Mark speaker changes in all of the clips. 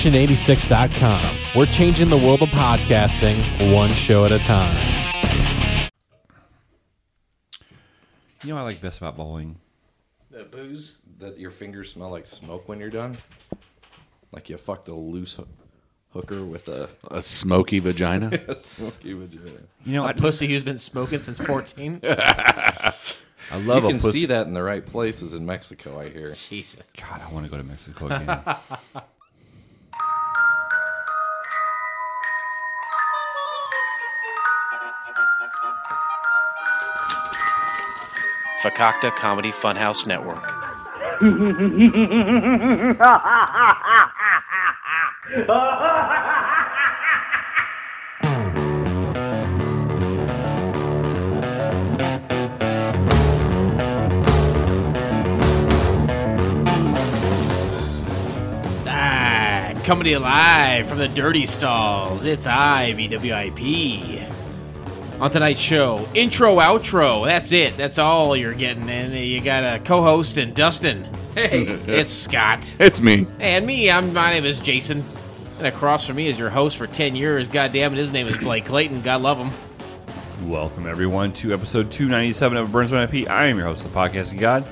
Speaker 1: section86.com. We're changing the world of podcasting one show at a time.
Speaker 2: You know what I like best about bowling?
Speaker 3: The booze that your fingers smell like smoke when you're done. Like you fucked a loose hoo- hooker with a,
Speaker 4: A smoky vagina.
Speaker 3: a smoky vagina.
Speaker 2: You know, I,
Speaker 5: A pussy who's been smoking since 14.
Speaker 2: I love
Speaker 3: you
Speaker 2: a
Speaker 3: can
Speaker 2: pussy.
Speaker 3: see that in the right places in Mexico, I hear.
Speaker 5: Jesus.
Speaker 2: God, I want to go to Mexico again.
Speaker 6: Fakakta Comedy Funhouse Network.
Speaker 5: Ah, coming to you live from the dirty stalls. It's I, VWIP. On tonight's show, intro, outro. That's it. That's all you're getting. And you got a co host and Dustin. Hey. it's Scott.
Speaker 4: it's me.
Speaker 5: And me, I'm my name is Jason. And across from me is your host for 10 years. God damn it, his name is Blake Clayton. God love him.
Speaker 2: Welcome everyone to episode 297 of Burnstone IP. I am your host, the podcasting god.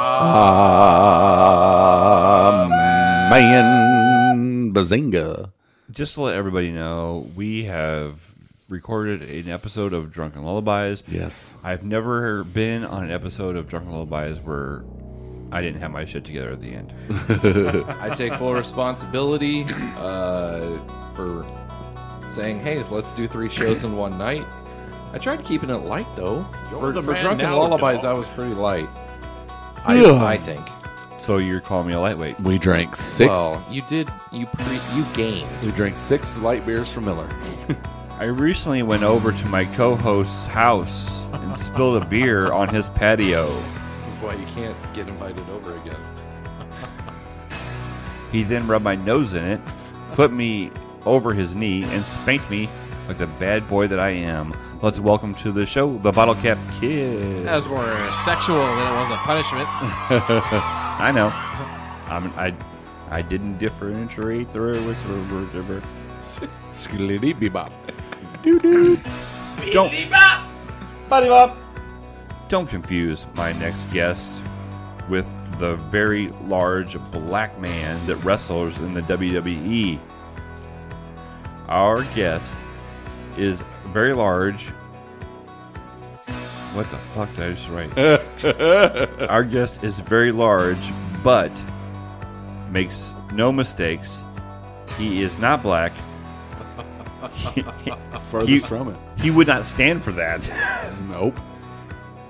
Speaker 4: Ah, man, bazinga.
Speaker 2: Just to let everybody know, we have recorded an episode of Drunken Lullabies.
Speaker 4: Yes.
Speaker 2: I've never been on an episode of Drunken Lullabies where I didn't have my shit together at the end.
Speaker 3: I take full responsibility uh, for saying, hey, let's do three shows in one night. I tried keeping it light, though. for
Speaker 5: the
Speaker 3: for
Speaker 5: man
Speaker 3: Drunken
Speaker 5: now,
Speaker 3: Lullabies,
Speaker 5: dog.
Speaker 3: I was pretty light. I,
Speaker 4: Ugh.
Speaker 3: I think.
Speaker 2: So you're calling me a lightweight.
Speaker 4: We drank six.
Speaker 3: Well, you did. You pre. You gained.
Speaker 4: we drank six light beers from Miller.
Speaker 2: I recently went over to my co-host's house and spilled a beer on his patio.
Speaker 3: That's why you can't get invited over again.
Speaker 2: He then rubbed my nose in it, put me over his knee, and spanked me like the bad boy that I am. Let's welcome to the show the Bottle Cap Kid.
Speaker 5: That was more sexual than it was a punishment.
Speaker 2: I know. I'm, I I didn't differentiate the words. or whatever.
Speaker 4: Skilly bebop.
Speaker 2: Don't. Don't confuse my next guest with the very large black man that wrestles in the WWE. Our guest is very large. What the fuck did I just write? Our guest is very large, but makes no mistakes. He is not black.
Speaker 4: Furthest
Speaker 2: You-
Speaker 4: from it.
Speaker 2: He would not stand for that.
Speaker 4: Nope.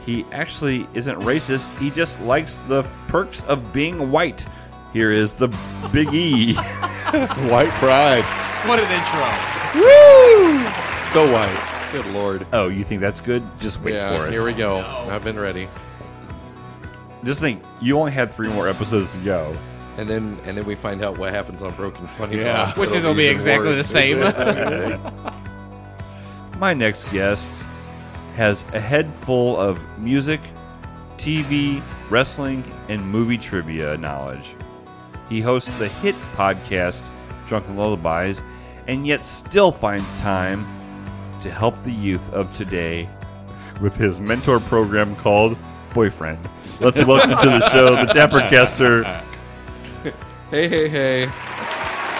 Speaker 2: He actually isn't racist. He just likes the perks of being white. Here is the Big E.
Speaker 4: White pride.
Speaker 5: What an intro.
Speaker 4: So white.
Speaker 3: Good lord.
Speaker 2: oh, you think that's good? Just wait
Speaker 3: yeah,
Speaker 2: for it.
Speaker 3: here we go. I've been ready.
Speaker 2: just think, you only had three more episodes to go.
Speaker 3: And then and then we find out what happens on Broken Funny.
Speaker 4: Yeah.
Speaker 3: Bone.
Speaker 5: Which is
Speaker 3: It'll
Speaker 5: will be
Speaker 3: even
Speaker 5: exactly the
Speaker 3: worse.
Speaker 5: same.
Speaker 2: My next guest has a head full of music, TV, wrestling, and movie trivia knowledge. He hosts the hit podcast Drunken Lullabies and yet still finds time to help the youth of today with his mentor program called Boyfriend. Let's welcome to the show the Dappercaster.
Speaker 3: Hey, hey, hey.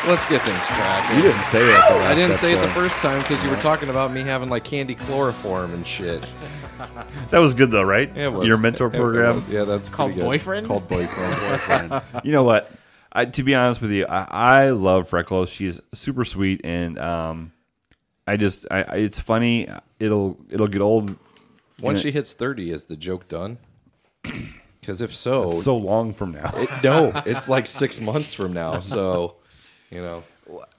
Speaker 3: Let's get things cracking.
Speaker 4: You didn't say it. The last
Speaker 3: I didn't say it the
Speaker 4: episode.
Speaker 3: first time because you were talking about me having like candy chloroform and shit.
Speaker 2: That was good though, right?
Speaker 3: It was-
Speaker 2: Your mentor
Speaker 3: it was-
Speaker 2: program.
Speaker 3: Yeah, that's
Speaker 5: Called
Speaker 3: pretty good.
Speaker 5: Oh, Boyfriend?
Speaker 3: Called boyfriend.
Speaker 2: you know what? I, to be honest with you, I, I love Freckles. She's super sweet, and um, I just, I, I, it's funny. It'll, it'll get old.
Speaker 3: Once she hits thirty, is the joke done? Because if so,
Speaker 2: So long from now,
Speaker 3: it- no, it's like six months from now. So, you know,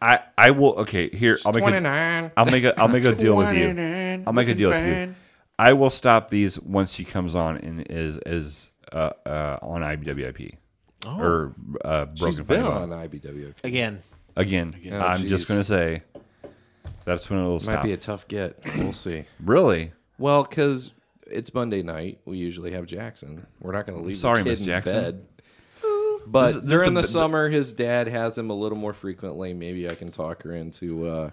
Speaker 2: I, I will. Okay, here, I'll make a,
Speaker 3: nine.
Speaker 2: I'll make a, I'll make a deal with you. I'll make a deal with you. I will stop these once she comes on and is is uh, uh, on IBWIP or uh, broken
Speaker 3: Oh. She's been
Speaker 2: Funny
Speaker 3: on
Speaker 2: Bone.
Speaker 3: IBW.
Speaker 5: Again.
Speaker 2: again. I'm
Speaker 3: geez.
Speaker 2: just gonna say that's when it'll
Speaker 3: Might
Speaker 2: stop.
Speaker 3: be a tough get. We'll see.
Speaker 2: really.
Speaker 3: Well, because it's Monday night, we usually have Jackson. We're not going to leave.
Speaker 2: Sorry,
Speaker 3: the kid
Speaker 2: Miss Jackson.
Speaker 3: In bed. But
Speaker 2: This- this
Speaker 3: during
Speaker 2: the-
Speaker 3: the, summer, his dad has him a little more frequently. Maybe I can talk her into uh,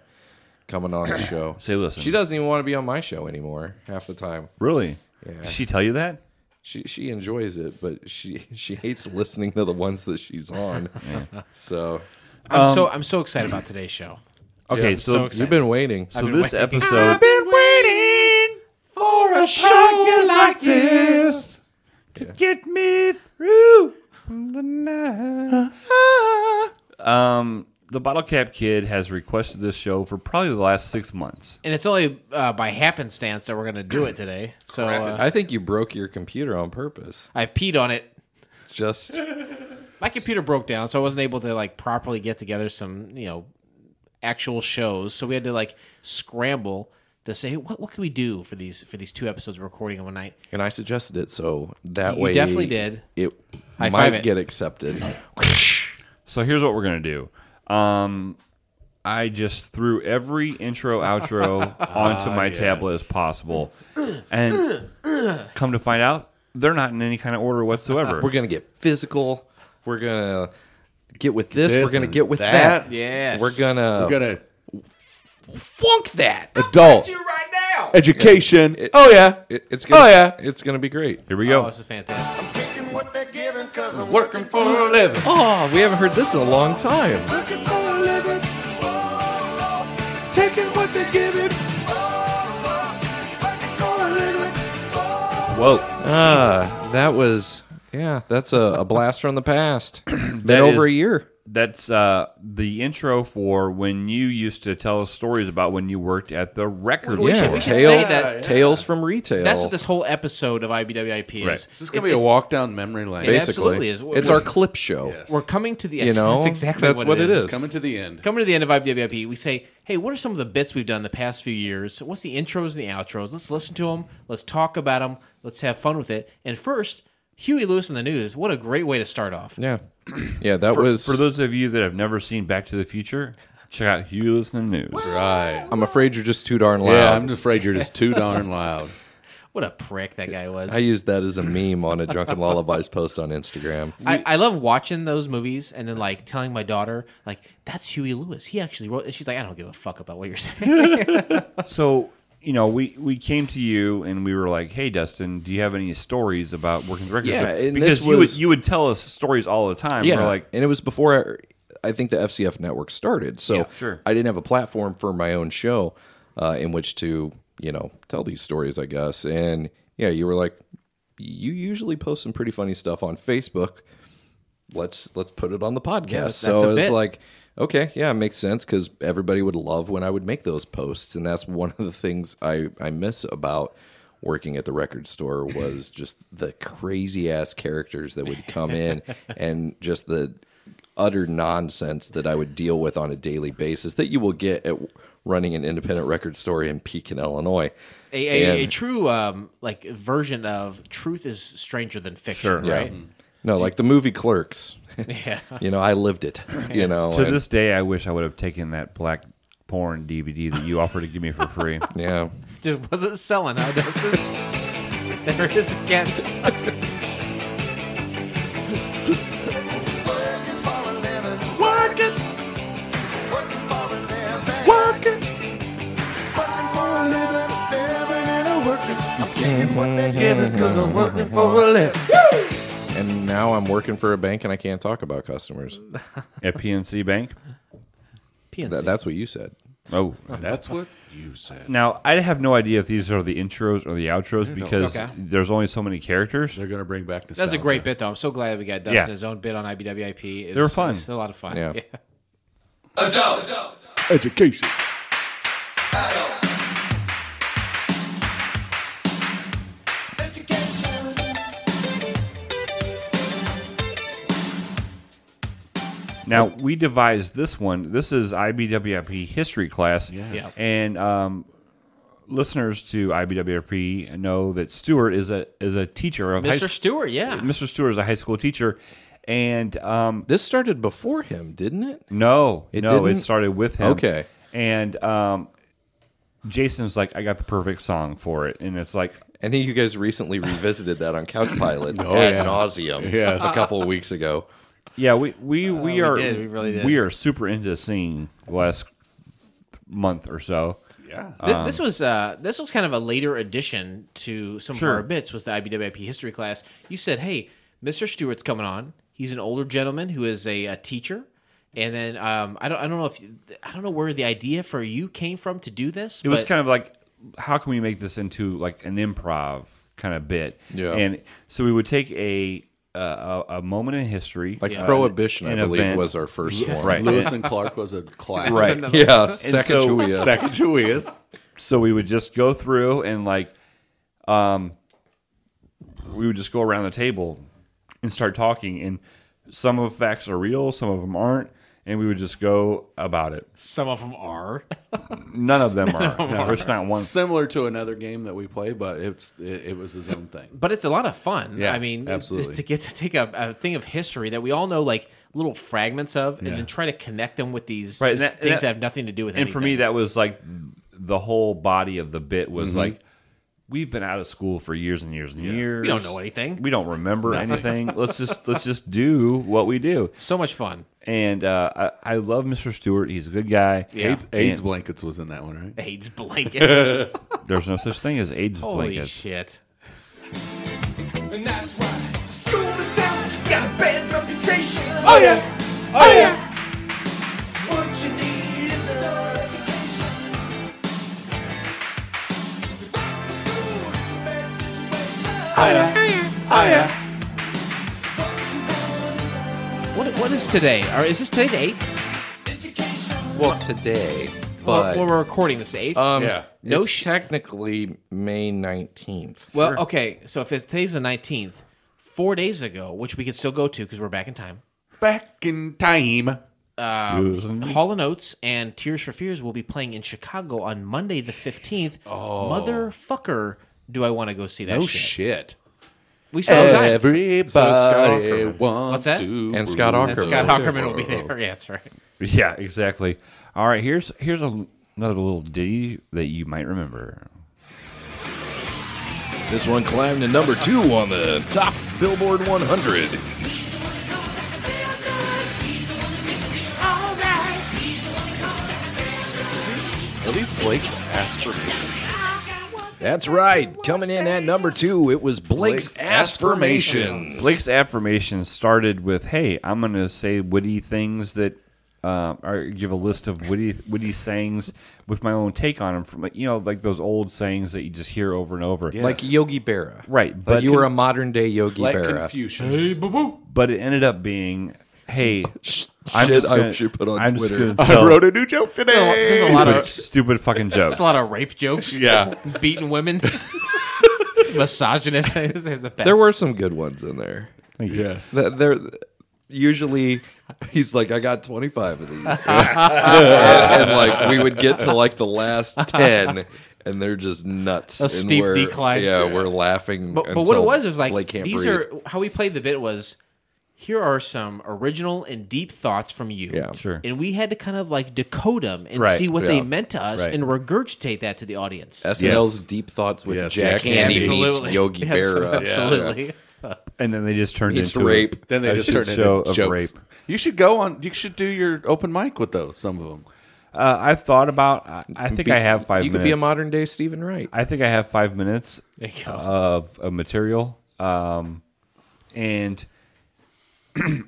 Speaker 3: coming on the show.
Speaker 2: Say, listen.
Speaker 3: she doesn't even want to be on my show anymore half the time.
Speaker 2: Really?
Speaker 3: Yeah.
Speaker 2: Did she tell you that?
Speaker 3: She she enjoys it, but she she hates listening to the ones that she's on. So
Speaker 5: I'm so I'm so excited about today's show.
Speaker 2: Okay,
Speaker 3: I'm
Speaker 2: so
Speaker 5: so
Speaker 3: you've been waiting.
Speaker 2: so this
Speaker 5: waiting.
Speaker 2: episode
Speaker 5: been waiting for a show like this.
Speaker 2: get me through the night. Um, the Bottle Cap Kid has requested this show for probably the last six months.
Speaker 5: And it's only uh, by happenstance that we're gonna do it today. So uh,
Speaker 3: I think you broke your computer on purpose.
Speaker 5: I peed on it.
Speaker 3: Just
Speaker 5: My computer broke down, so I wasn't able to like properly get together some you know actual shows. So we had to like scramble to say what what can we do for these for these two episodes we're recording in one night.
Speaker 3: and I suggested it, so that
Speaker 5: You
Speaker 3: way
Speaker 5: definitely did.
Speaker 3: It
Speaker 5: High five
Speaker 3: might
Speaker 5: it.
Speaker 3: get accepted.
Speaker 2: So here's what we're gonna do. Um, I just threw every intro outro onto
Speaker 5: Ah,
Speaker 2: my tablet as possible, and come to find out, they're not in any kind of order whatsoever.
Speaker 3: We're gonna get physical. We're gonna get with this.
Speaker 4: This
Speaker 3: we're gonna
Speaker 4: and
Speaker 3: get with
Speaker 4: that.
Speaker 3: that.
Speaker 5: Yes.
Speaker 3: We're gonna
Speaker 4: We're gonna
Speaker 3: funk that.
Speaker 4: adult
Speaker 5: right now.
Speaker 4: education. oh yeah,
Speaker 3: It- it's gonna,
Speaker 4: Oh, yeah.
Speaker 3: it's gonna be great.
Speaker 2: Here we go.
Speaker 5: Oh, this is fantastic.
Speaker 4: working for a living.
Speaker 3: Oh, we haven't heard this in a long time.
Speaker 4: Working for a living. Taking what they give it.
Speaker 2: Whoa!
Speaker 3: Ah, that was yeah. That's a, a blast from the past. Been
Speaker 2: That
Speaker 3: over
Speaker 2: is-
Speaker 3: a year.
Speaker 2: That's uh, the intro for when you used to tell us stories about when you worked at the record
Speaker 5: We
Speaker 3: yeah,
Speaker 5: should- we should
Speaker 3: tales,
Speaker 5: say that- uh,
Speaker 3: tales from retail.
Speaker 5: That's what this whole episode of IBWIP is.
Speaker 2: Right.
Speaker 5: This
Speaker 4: This is gonna be a walk down memory lane.
Speaker 5: Yeah.
Speaker 3: basically
Speaker 5: absolutely is.
Speaker 3: It's our clip show.
Speaker 5: We're coming to the
Speaker 3: You know,
Speaker 5: that's exactly
Speaker 3: that's
Speaker 5: what,
Speaker 3: what it is.
Speaker 4: Coming to the end.
Speaker 5: Coming to the end of IBWIP, we say, "Hey, what are some of the bits we've done the past few years? What's the intros and the outros? Let's listen to them. Let's talk about them. Let's have fun with it." And first, Huey Lewis in the news. What a great way to start off.
Speaker 3: Yeah, yeah. That was.
Speaker 2: For those of you that have never seen Back to the Future, check out Hughes in the News.
Speaker 4: Right.
Speaker 3: I'm afraid you're just too darn loud.
Speaker 4: Yeah, I'm afraid you're just too darn loud.
Speaker 5: What a prick that guy was.
Speaker 3: I used that as a meme on a Drunken Lullabies post on Instagram.
Speaker 5: I, I love watching those movies and then like telling my daughter like that's Huey Lewis. He actually wrote. And she's like, I don't give a fuck about what you're saying.
Speaker 2: So, you know, we, we came to you and we were like, hey, Dustin, do you have any stories about working at the record
Speaker 3: Yeah,
Speaker 2: store?"
Speaker 3: and
Speaker 2: because
Speaker 3: this
Speaker 2: you, would,
Speaker 3: was-
Speaker 2: you would tell us stories all the time.
Speaker 3: Yeah,
Speaker 2: We're like,
Speaker 3: and it was before I, I think the FCF network started, so
Speaker 2: Yeah, sure.
Speaker 3: I didn't have a platform for my own show uh, in which to you know tell these stories, I guess. And yeah, you were like, you usually post some pretty funny stuff on Facebook. Let's let's put it on the podcast.
Speaker 5: that's a
Speaker 3: so it's
Speaker 5: bit.
Speaker 3: like, okay, yeah, it makes sense because everybody would love when I would make those posts, and that's one of the things I I miss about working at the record store was just the crazy ass characters that would come in and just the utter nonsense that I would deal with on a daily basis that you will get at running an independent record store in Pekin, Illinois.
Speaker 5: a, a, a
Speaker 3: And-
Speaker 5: true um, like version of truth is stranger than fiction,
Speaker 2: Sure. Yeah.
Speaker 5: right? Mm-hmm.
Speaker 3: No, like the movie Clerks.
Speaker 5: Yeah.
Speaker 3: You know, I lived it. You know,
Speaker 2: to
Speaker 3: and-
Speaker 2: this day, I wish I would have taken that black porn DVD that you offered to give me for free.
Speaker 3: yeah.
Speaker 5: Just wasn't selling, huh, Dustin? there it is again.
Speaker 3: Mm-hmm. And now I'm working for a bank and I can't talk about customers.
Speaker 2: at PNC Bank.
Speaker 5: PNC.
Speaker 3: That, that's what you said.
Speaker 2: Oh, that's
Speaker 4: That's what you said.
Speaker 2: now I have no idea if these are the intros or the outros because
Speaker 5: Okay.
Speaker 2: there's only so many characters.
Speaker 4: They're gonna bring back.
Speaker 5: That's a great bit, though. I'm so glad we got Dustin
Speaker 2: Yeah.
Speaker 5: his own bit on IBWIP.
Speaker 2: They
Speaker 5: It
Speaker 2: were
Speaker 5: was-
Speaker 2: fun.
Speaker 5: It's a lot of fun.
Speaker 3: Yeah.
Speaker 4: Education.
Speaker 2: Now we devised this one. This is IBWIP history class,
Speaker 5: Yeah.
Speaker 2: and um, listeners to IBWIP know that Stewart is a is a teacher of high
Speaker 5: Mr. Stewart, yeah.
Speaker 2: Mr. Stewart is a high school teacher, and um,
Speaker 3: This started before him, didn't it?
Speaker 2: no,
Speaker 3: It
Speaker 2: no, it
Speaker 3: didn't?
Speaker 2: started with him.
Speaker 3: Okay.
Speaker 2: and um, Jason's like, I got the perfect song for it, and it's like,
Speaker 3: I think you guys recently revisited that on Couch Pilots
Speaker 4: Oh,
Speaker 3: ad
Speaker 4: yeah.
Speaker 3: nauseum
Speaker 4: Yes.
Speaker 3: a couple of weeks ago.
Speaker 2: Yeah, we we, we
Speaker 5: Oh, we
Speaker 2: are
Speaker 5: did, we really did.
Speaker 2: we are super into singing the last month or so.
Speaker 4: Yeah.
Speaker 2: Um,
Speaker 5: Th- this was uh, this was kind of a later addition to some
Speaker 2: Sure.
Speaker 5: of our bits was the IBWIP history class. You said, "Hey, Mr. Stewart's coming on. He's an older gentleman who is a, a teacher." And then um, I don't I don't know if you- I don't know where the idea for you came from to do this.
Speaker 2: It was
Speaker 5: but-
Speaker 2: kind of like how can we make this into like an improv kind of bit?
Speaker 4: Yeah.
Speaker 2: and so we would take a uh, a, a moment in history,
Speaker 3: Like
Speaker 2: uh,
Speaker 3: Prohibition,
Speaker 2: an
Speaker 3: I believe,
Speaker 2: event.
Speaker 3: was our first one.
Speaker 2: right.
Speaker 4: Lewis and Clark was a class.
Speaker 2: Right.
Speaker 5: another-
Speaker 3: Yeah,
Speaker 2: And so-
Speaker 3: Sacagawea.
Speaker 4: Second two is.
Speaker 2: so we would just go through and like um we would just go around the table and start talking and some of the facts are real some of them aren't and we would just go about it
Speaker 5: some of them are.
Speaker 2: none of them are no, there's not
Speaker 4: Um,
Speaker 2: one
Speaker 4: Similar to another game that we play, but it's it, it was his own thing.
Speaker 5: but it's a lot of fun.
Speaker 4: Yeah,
Speaker 5: I mean,
Speaker 4: absolutely.
Speaker 5: to get to take a, a thing of history that we all know like little fragments of, and then try to connect them with these,
Speaker 2: Right,
Speaker 5: these
Speaker 2: and that-
Speaker 5: things
Speaker 2: that-
Speaker 5: that, have nothing to do with.
Speaker 2: and for me that was like the whole body of the bit was like we've been out of school for years and years and years
Speaker 5: Mm-hmm. We don't know anything.
Speaker 2: we don't remember anything let's just let's just do what we do
Speaker 5: so much fun.
Speaker 2: and uh, I, I love mr stewart he's a good guy
Speaker 5: Yeah.
Speaker 4: AIDS blankets was in that one, right?
Speaker 5: AIDS blankets.
Speaker 2: there's no such thing as AIDS
Speaker 5: Holy
Speaker 2: blankets
Speaker 5: shit.
Speaker 7: And that's why school is out, got a bad reputation.
Speaker 5: Oh yeah. Oh yeah.
Speaker 7: What you need is an education. You're back to school, it's a bad situation. Oh yeah, oh yeah. What you want is an
Speaker 5: What what is today? Or is this today the eighth?
Speaker 7: education.
Speaker 3: Well, today,
Speaker 5: Well,
Speaker 3: but
Speaker 5: when we're recording this the eighth.
Speaker 3: um,
Speaker 4: Yeah.
Speaker 3: no,
Speaker 5: sh-
Speaker 3: technically May nineteenth.
Speaker 5: well, okay. So if it's today's the nineteenth, four days ago, which we could still go to because we're back in time.
Speaker 4: Back in time.
Speaker 3: Oh,
Speaker 5: Hall and Oates and Tears for Fears will be playing in Chicago on Monday the fifteenth. Oh. Motherfucker, do I want to go see that?
Speaker 4: No
Speaker 5: shit.
Speaker 4: Oh, shit.
Speaker 5: We still
Speaker 4: Uh,
Speaker 5: have time.
Speaker 4: Everybody
Speaker 5: What's
Speaker 4: wants
Speaker 5: that?
Speaker 4: to.
Speaker 3: And Scott
Speaker 4: rule.
Speaker 5: And
Speaker 3: Ackerman.
Speaker 5: Scott Ackerman will be there. Yeah, that's right.
Speaker 2: Yeah, exactly. All right, here's here's a, another little ditty that you might remember.
Speaker 3: This one climbed to number two on the top Billboard 100. At least Blake's ass for That's right. Coming in at number two, it was Blake's,
Speaker 4: Blake's
Speaker 3: Affirmations.
Speaker 2: Blake's affirmation started with, "Hey, I'm going to say witty things that uh, or give a list of witty witty sayings with my own take on them from like, you know like those old sayings that you just hear over and over."
Speaker 3: Like Yogi Berra.
Speaker 2: Right,
Speaker 3: But,
Speaker 2: but
Speaker 3: you
Speaker 2: con-
Speaker 3: were a modern day Yogi
Speaker 4: Like
Speaker 3: Berra.
Speaker 4: Confucius.
Speaker 2: But it ended up being, "Hey, I'm
Speaker 3: Shit,
Speaker 2: just
Speaker 3: I
Speaker 2: gonna,
Speaker 3: should put on
Speaker 2: I'm just
Speaker 3: Twitter.
Speaker 2: gonna tell
Speaker 4: a new joke today.
Speaker 5: There's a lot
Speaker 2: stupid,
Speaker 5: of
Speaker 2: stupid fucking jokes."
Speaker 5: there's a lot of rape jokes.
Speaker 4: Yeah.
Speaker 5: beating women. Misogynist. There's the best.
Speaker 3: There were some good ones in there.
Speaker 4: yes.
Speaker 3: Th- There, usually, he's like, I got 25 of these. and like we would get to like the last 10 and they're just nuts
Speaker 5: A
Speaker 3: and
Speaker 5: steep
Speaker 3: we're-
Speaker 5: decline.
Speaker 3: yeah we're laughing
Speaker 5: But, but what it was, it was like these are how we played the bit was here are some original and deep thoughts from you.
Speaker 3: Yeah.
Speaker 2: Sure.
Speaker 5: And we had to kind of like decode them and
Speaker 2: Right,
Speaker 5: see what they
Speaker 3: yeah,
Speaker 5: meant to us
Speaker 2: right.
Speaker 5: and regurgitate that to the audience.
Speaker 3: SNL's
Speaker 2: Yes.
Speaker 3: deep thoughts with
Speaker 2: Yes,
Speaker 3: Jack,
Speaker 4: Jack
Speaker 3: Handy,
Speaker 4: Handy.
Speaker 3: meets Yogi
Speaker 5: Yes,
Speaker 3: Berra
Speaker 5: Absolutely.
Speaker 2: and then they just turned
Speaker 3: It's
Speaker 2: into a-
Speaker 3: rape.
Speaker 4: Then they
Speaker 2: a
Speaker 4: just
Speaker 2: shit
Speaker 4: turned
Speaker 2: show
Speaker 4: into
Speaker 2: of
Speaker 4: jokes.
Speaker 2: rape.
Speaker 4: You should go on. You should do your open mic with those. Some of them.
Speaker 2: Uh, I've thought about. I, I think I have five.
Speaker 3: you
Speaker 2: minutes.
Speaker 3: could be a modern day Stephen Wright
Speaker 2: I think I have five minutes
Speaker 5: There you go.
Speaker 2: of, of material, um, and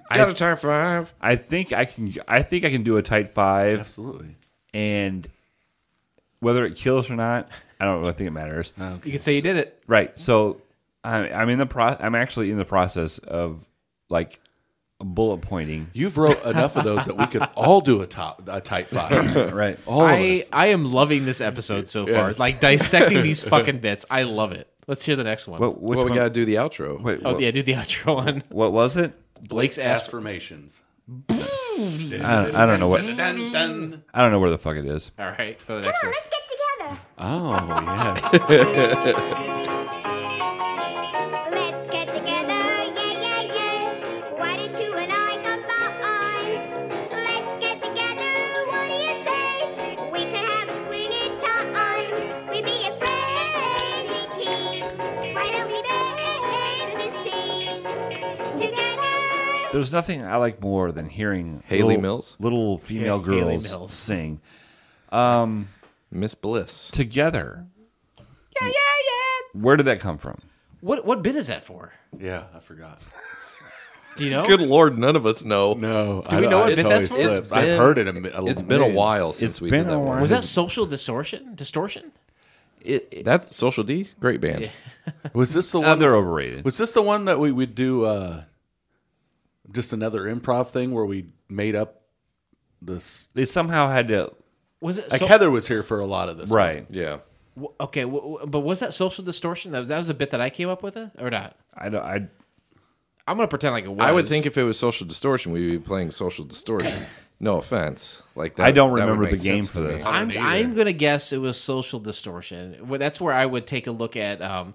Speaker 3: got a time five
Speaker 2: I think I can. I think I can do a tight five,
Speaker 4: Absolutely.
Speaker 2: and whether it kills or not, I don't really think it matters.
Speaker 5: You could say you did it.
Speaker 2: Right. So I, I'm in the pro. I'm actually in the process of like bullet pointing.
Speaker 4: You've wrote enough of those that we could all do a top a type five.
Speaker 2: Right.
Speaker 4: All of
Speaker 5: I,
Speaker 4: us.
Speaker 5: I am loving this episode so far. Like dissecting these fucking bits. I love it. Let's hear the next one.
Speaker 2: What? Which
Speaker 3: well we
Speaker 2: one-
Speaker 3: gotta do the outro
Speaker 2: Wait.
Speaker 5: oh
Speaker 2: what,
Speaker 5: yeah, do the outro on
Speaker 2: what was it?
Speaker 5: Blake's ass.
Speaker 4: Affirmations.
Speaker 2: I, I don't know what.
Speaker 4: Dun, dun.
Speaker 2: I don't know where the fuck it is.
Speaker 5: All right, for the next one.
Speaker 8: Let's get together.
Speaker 4: Oh yeah.
Speaker 8: Let's get together, yeah, yeah, yeah. Why did you and I come on? Let's get together, what do you say? We could have a swinging time. We'd be a crazy team. Why don't we dance and sing together?
Speaker 2: There's nothing I like more than hearing
Speaker 3: Haley
Speaker 2: little-
Speaker 3: Mills?
Speaker 2: little female
Speaker 5: Ha- Haley
Speaker 2: girls
Speaker 5: Mills.
Speaker 2: sing
Speaker 3: Miss Bliss.
Speaker 2: together. Yeah, yeah, yeah. Where did that come from?
Speaker 5: What what bit is that for?
Speaker 4: Yeah, I forgot.
Speaker 5: Do you know?
Speaker 3: Good lord, none of us know.
Speaker 4: No,
Speaker 5: we
Speaker 4: I-
Speaker 5: know
Speaker 4: I-
Speaker 5: what
Speaker 4: it
Speaker 5: bit
Speaker 4: always
Speaker 5: that's for?
Speaker 4: slips. I've heard it. A, mi- a
Speaker 3: It's been a
Speaker 4: million-
Speaker 3: while since
Speaker 2: It's
Speaker 3: we
Speaker 2: been
Speaker 3: did
Speaker 2: a
Speaker 3: that
Speaker 2: while.
Speaker 3: one.
Speaker 5: Was that social distortion? Distortion?
Speaker 3: That's Social D, great band.
Speaker 4: Was this the
Speaker 2: Uh,
Speaker 4: one?
Speaker 2: they're overrated.
Speaker 4: was this the one that we would do? Uh, just another improv thing where we made up this.
Speaker 2: They somehow had to
Speaker 5: Was it
Speaker 4: Like
Speaker 5: so-
Speaker 4: Heather was here for a lot of this. one.
Speaker 2: right.
Speaker 3: Yeah,
Speaker 5: w- okay? W- w- but was that social distortion? That was, that was a bit that I came up with, it or not?
Speaker 2: I don't. I
Speaker 5: I'm gonna pretend like it was.
Speaker 3: I would think if it was Social Distortion, we'd be playing Social Distortion. no offense, like that.
Speaker 2: I don't
Speaker 3: that would
Speaker 2: remember
Speaker 3: make
Speaker 2: the game
Speaker 3: sense
Speaker 2: for
Speaker 3: to me.
Speaker 2: this.
Speaker 5: I'm, I'm gonna guess it was social distortion. Well, that's where I would take a look at um,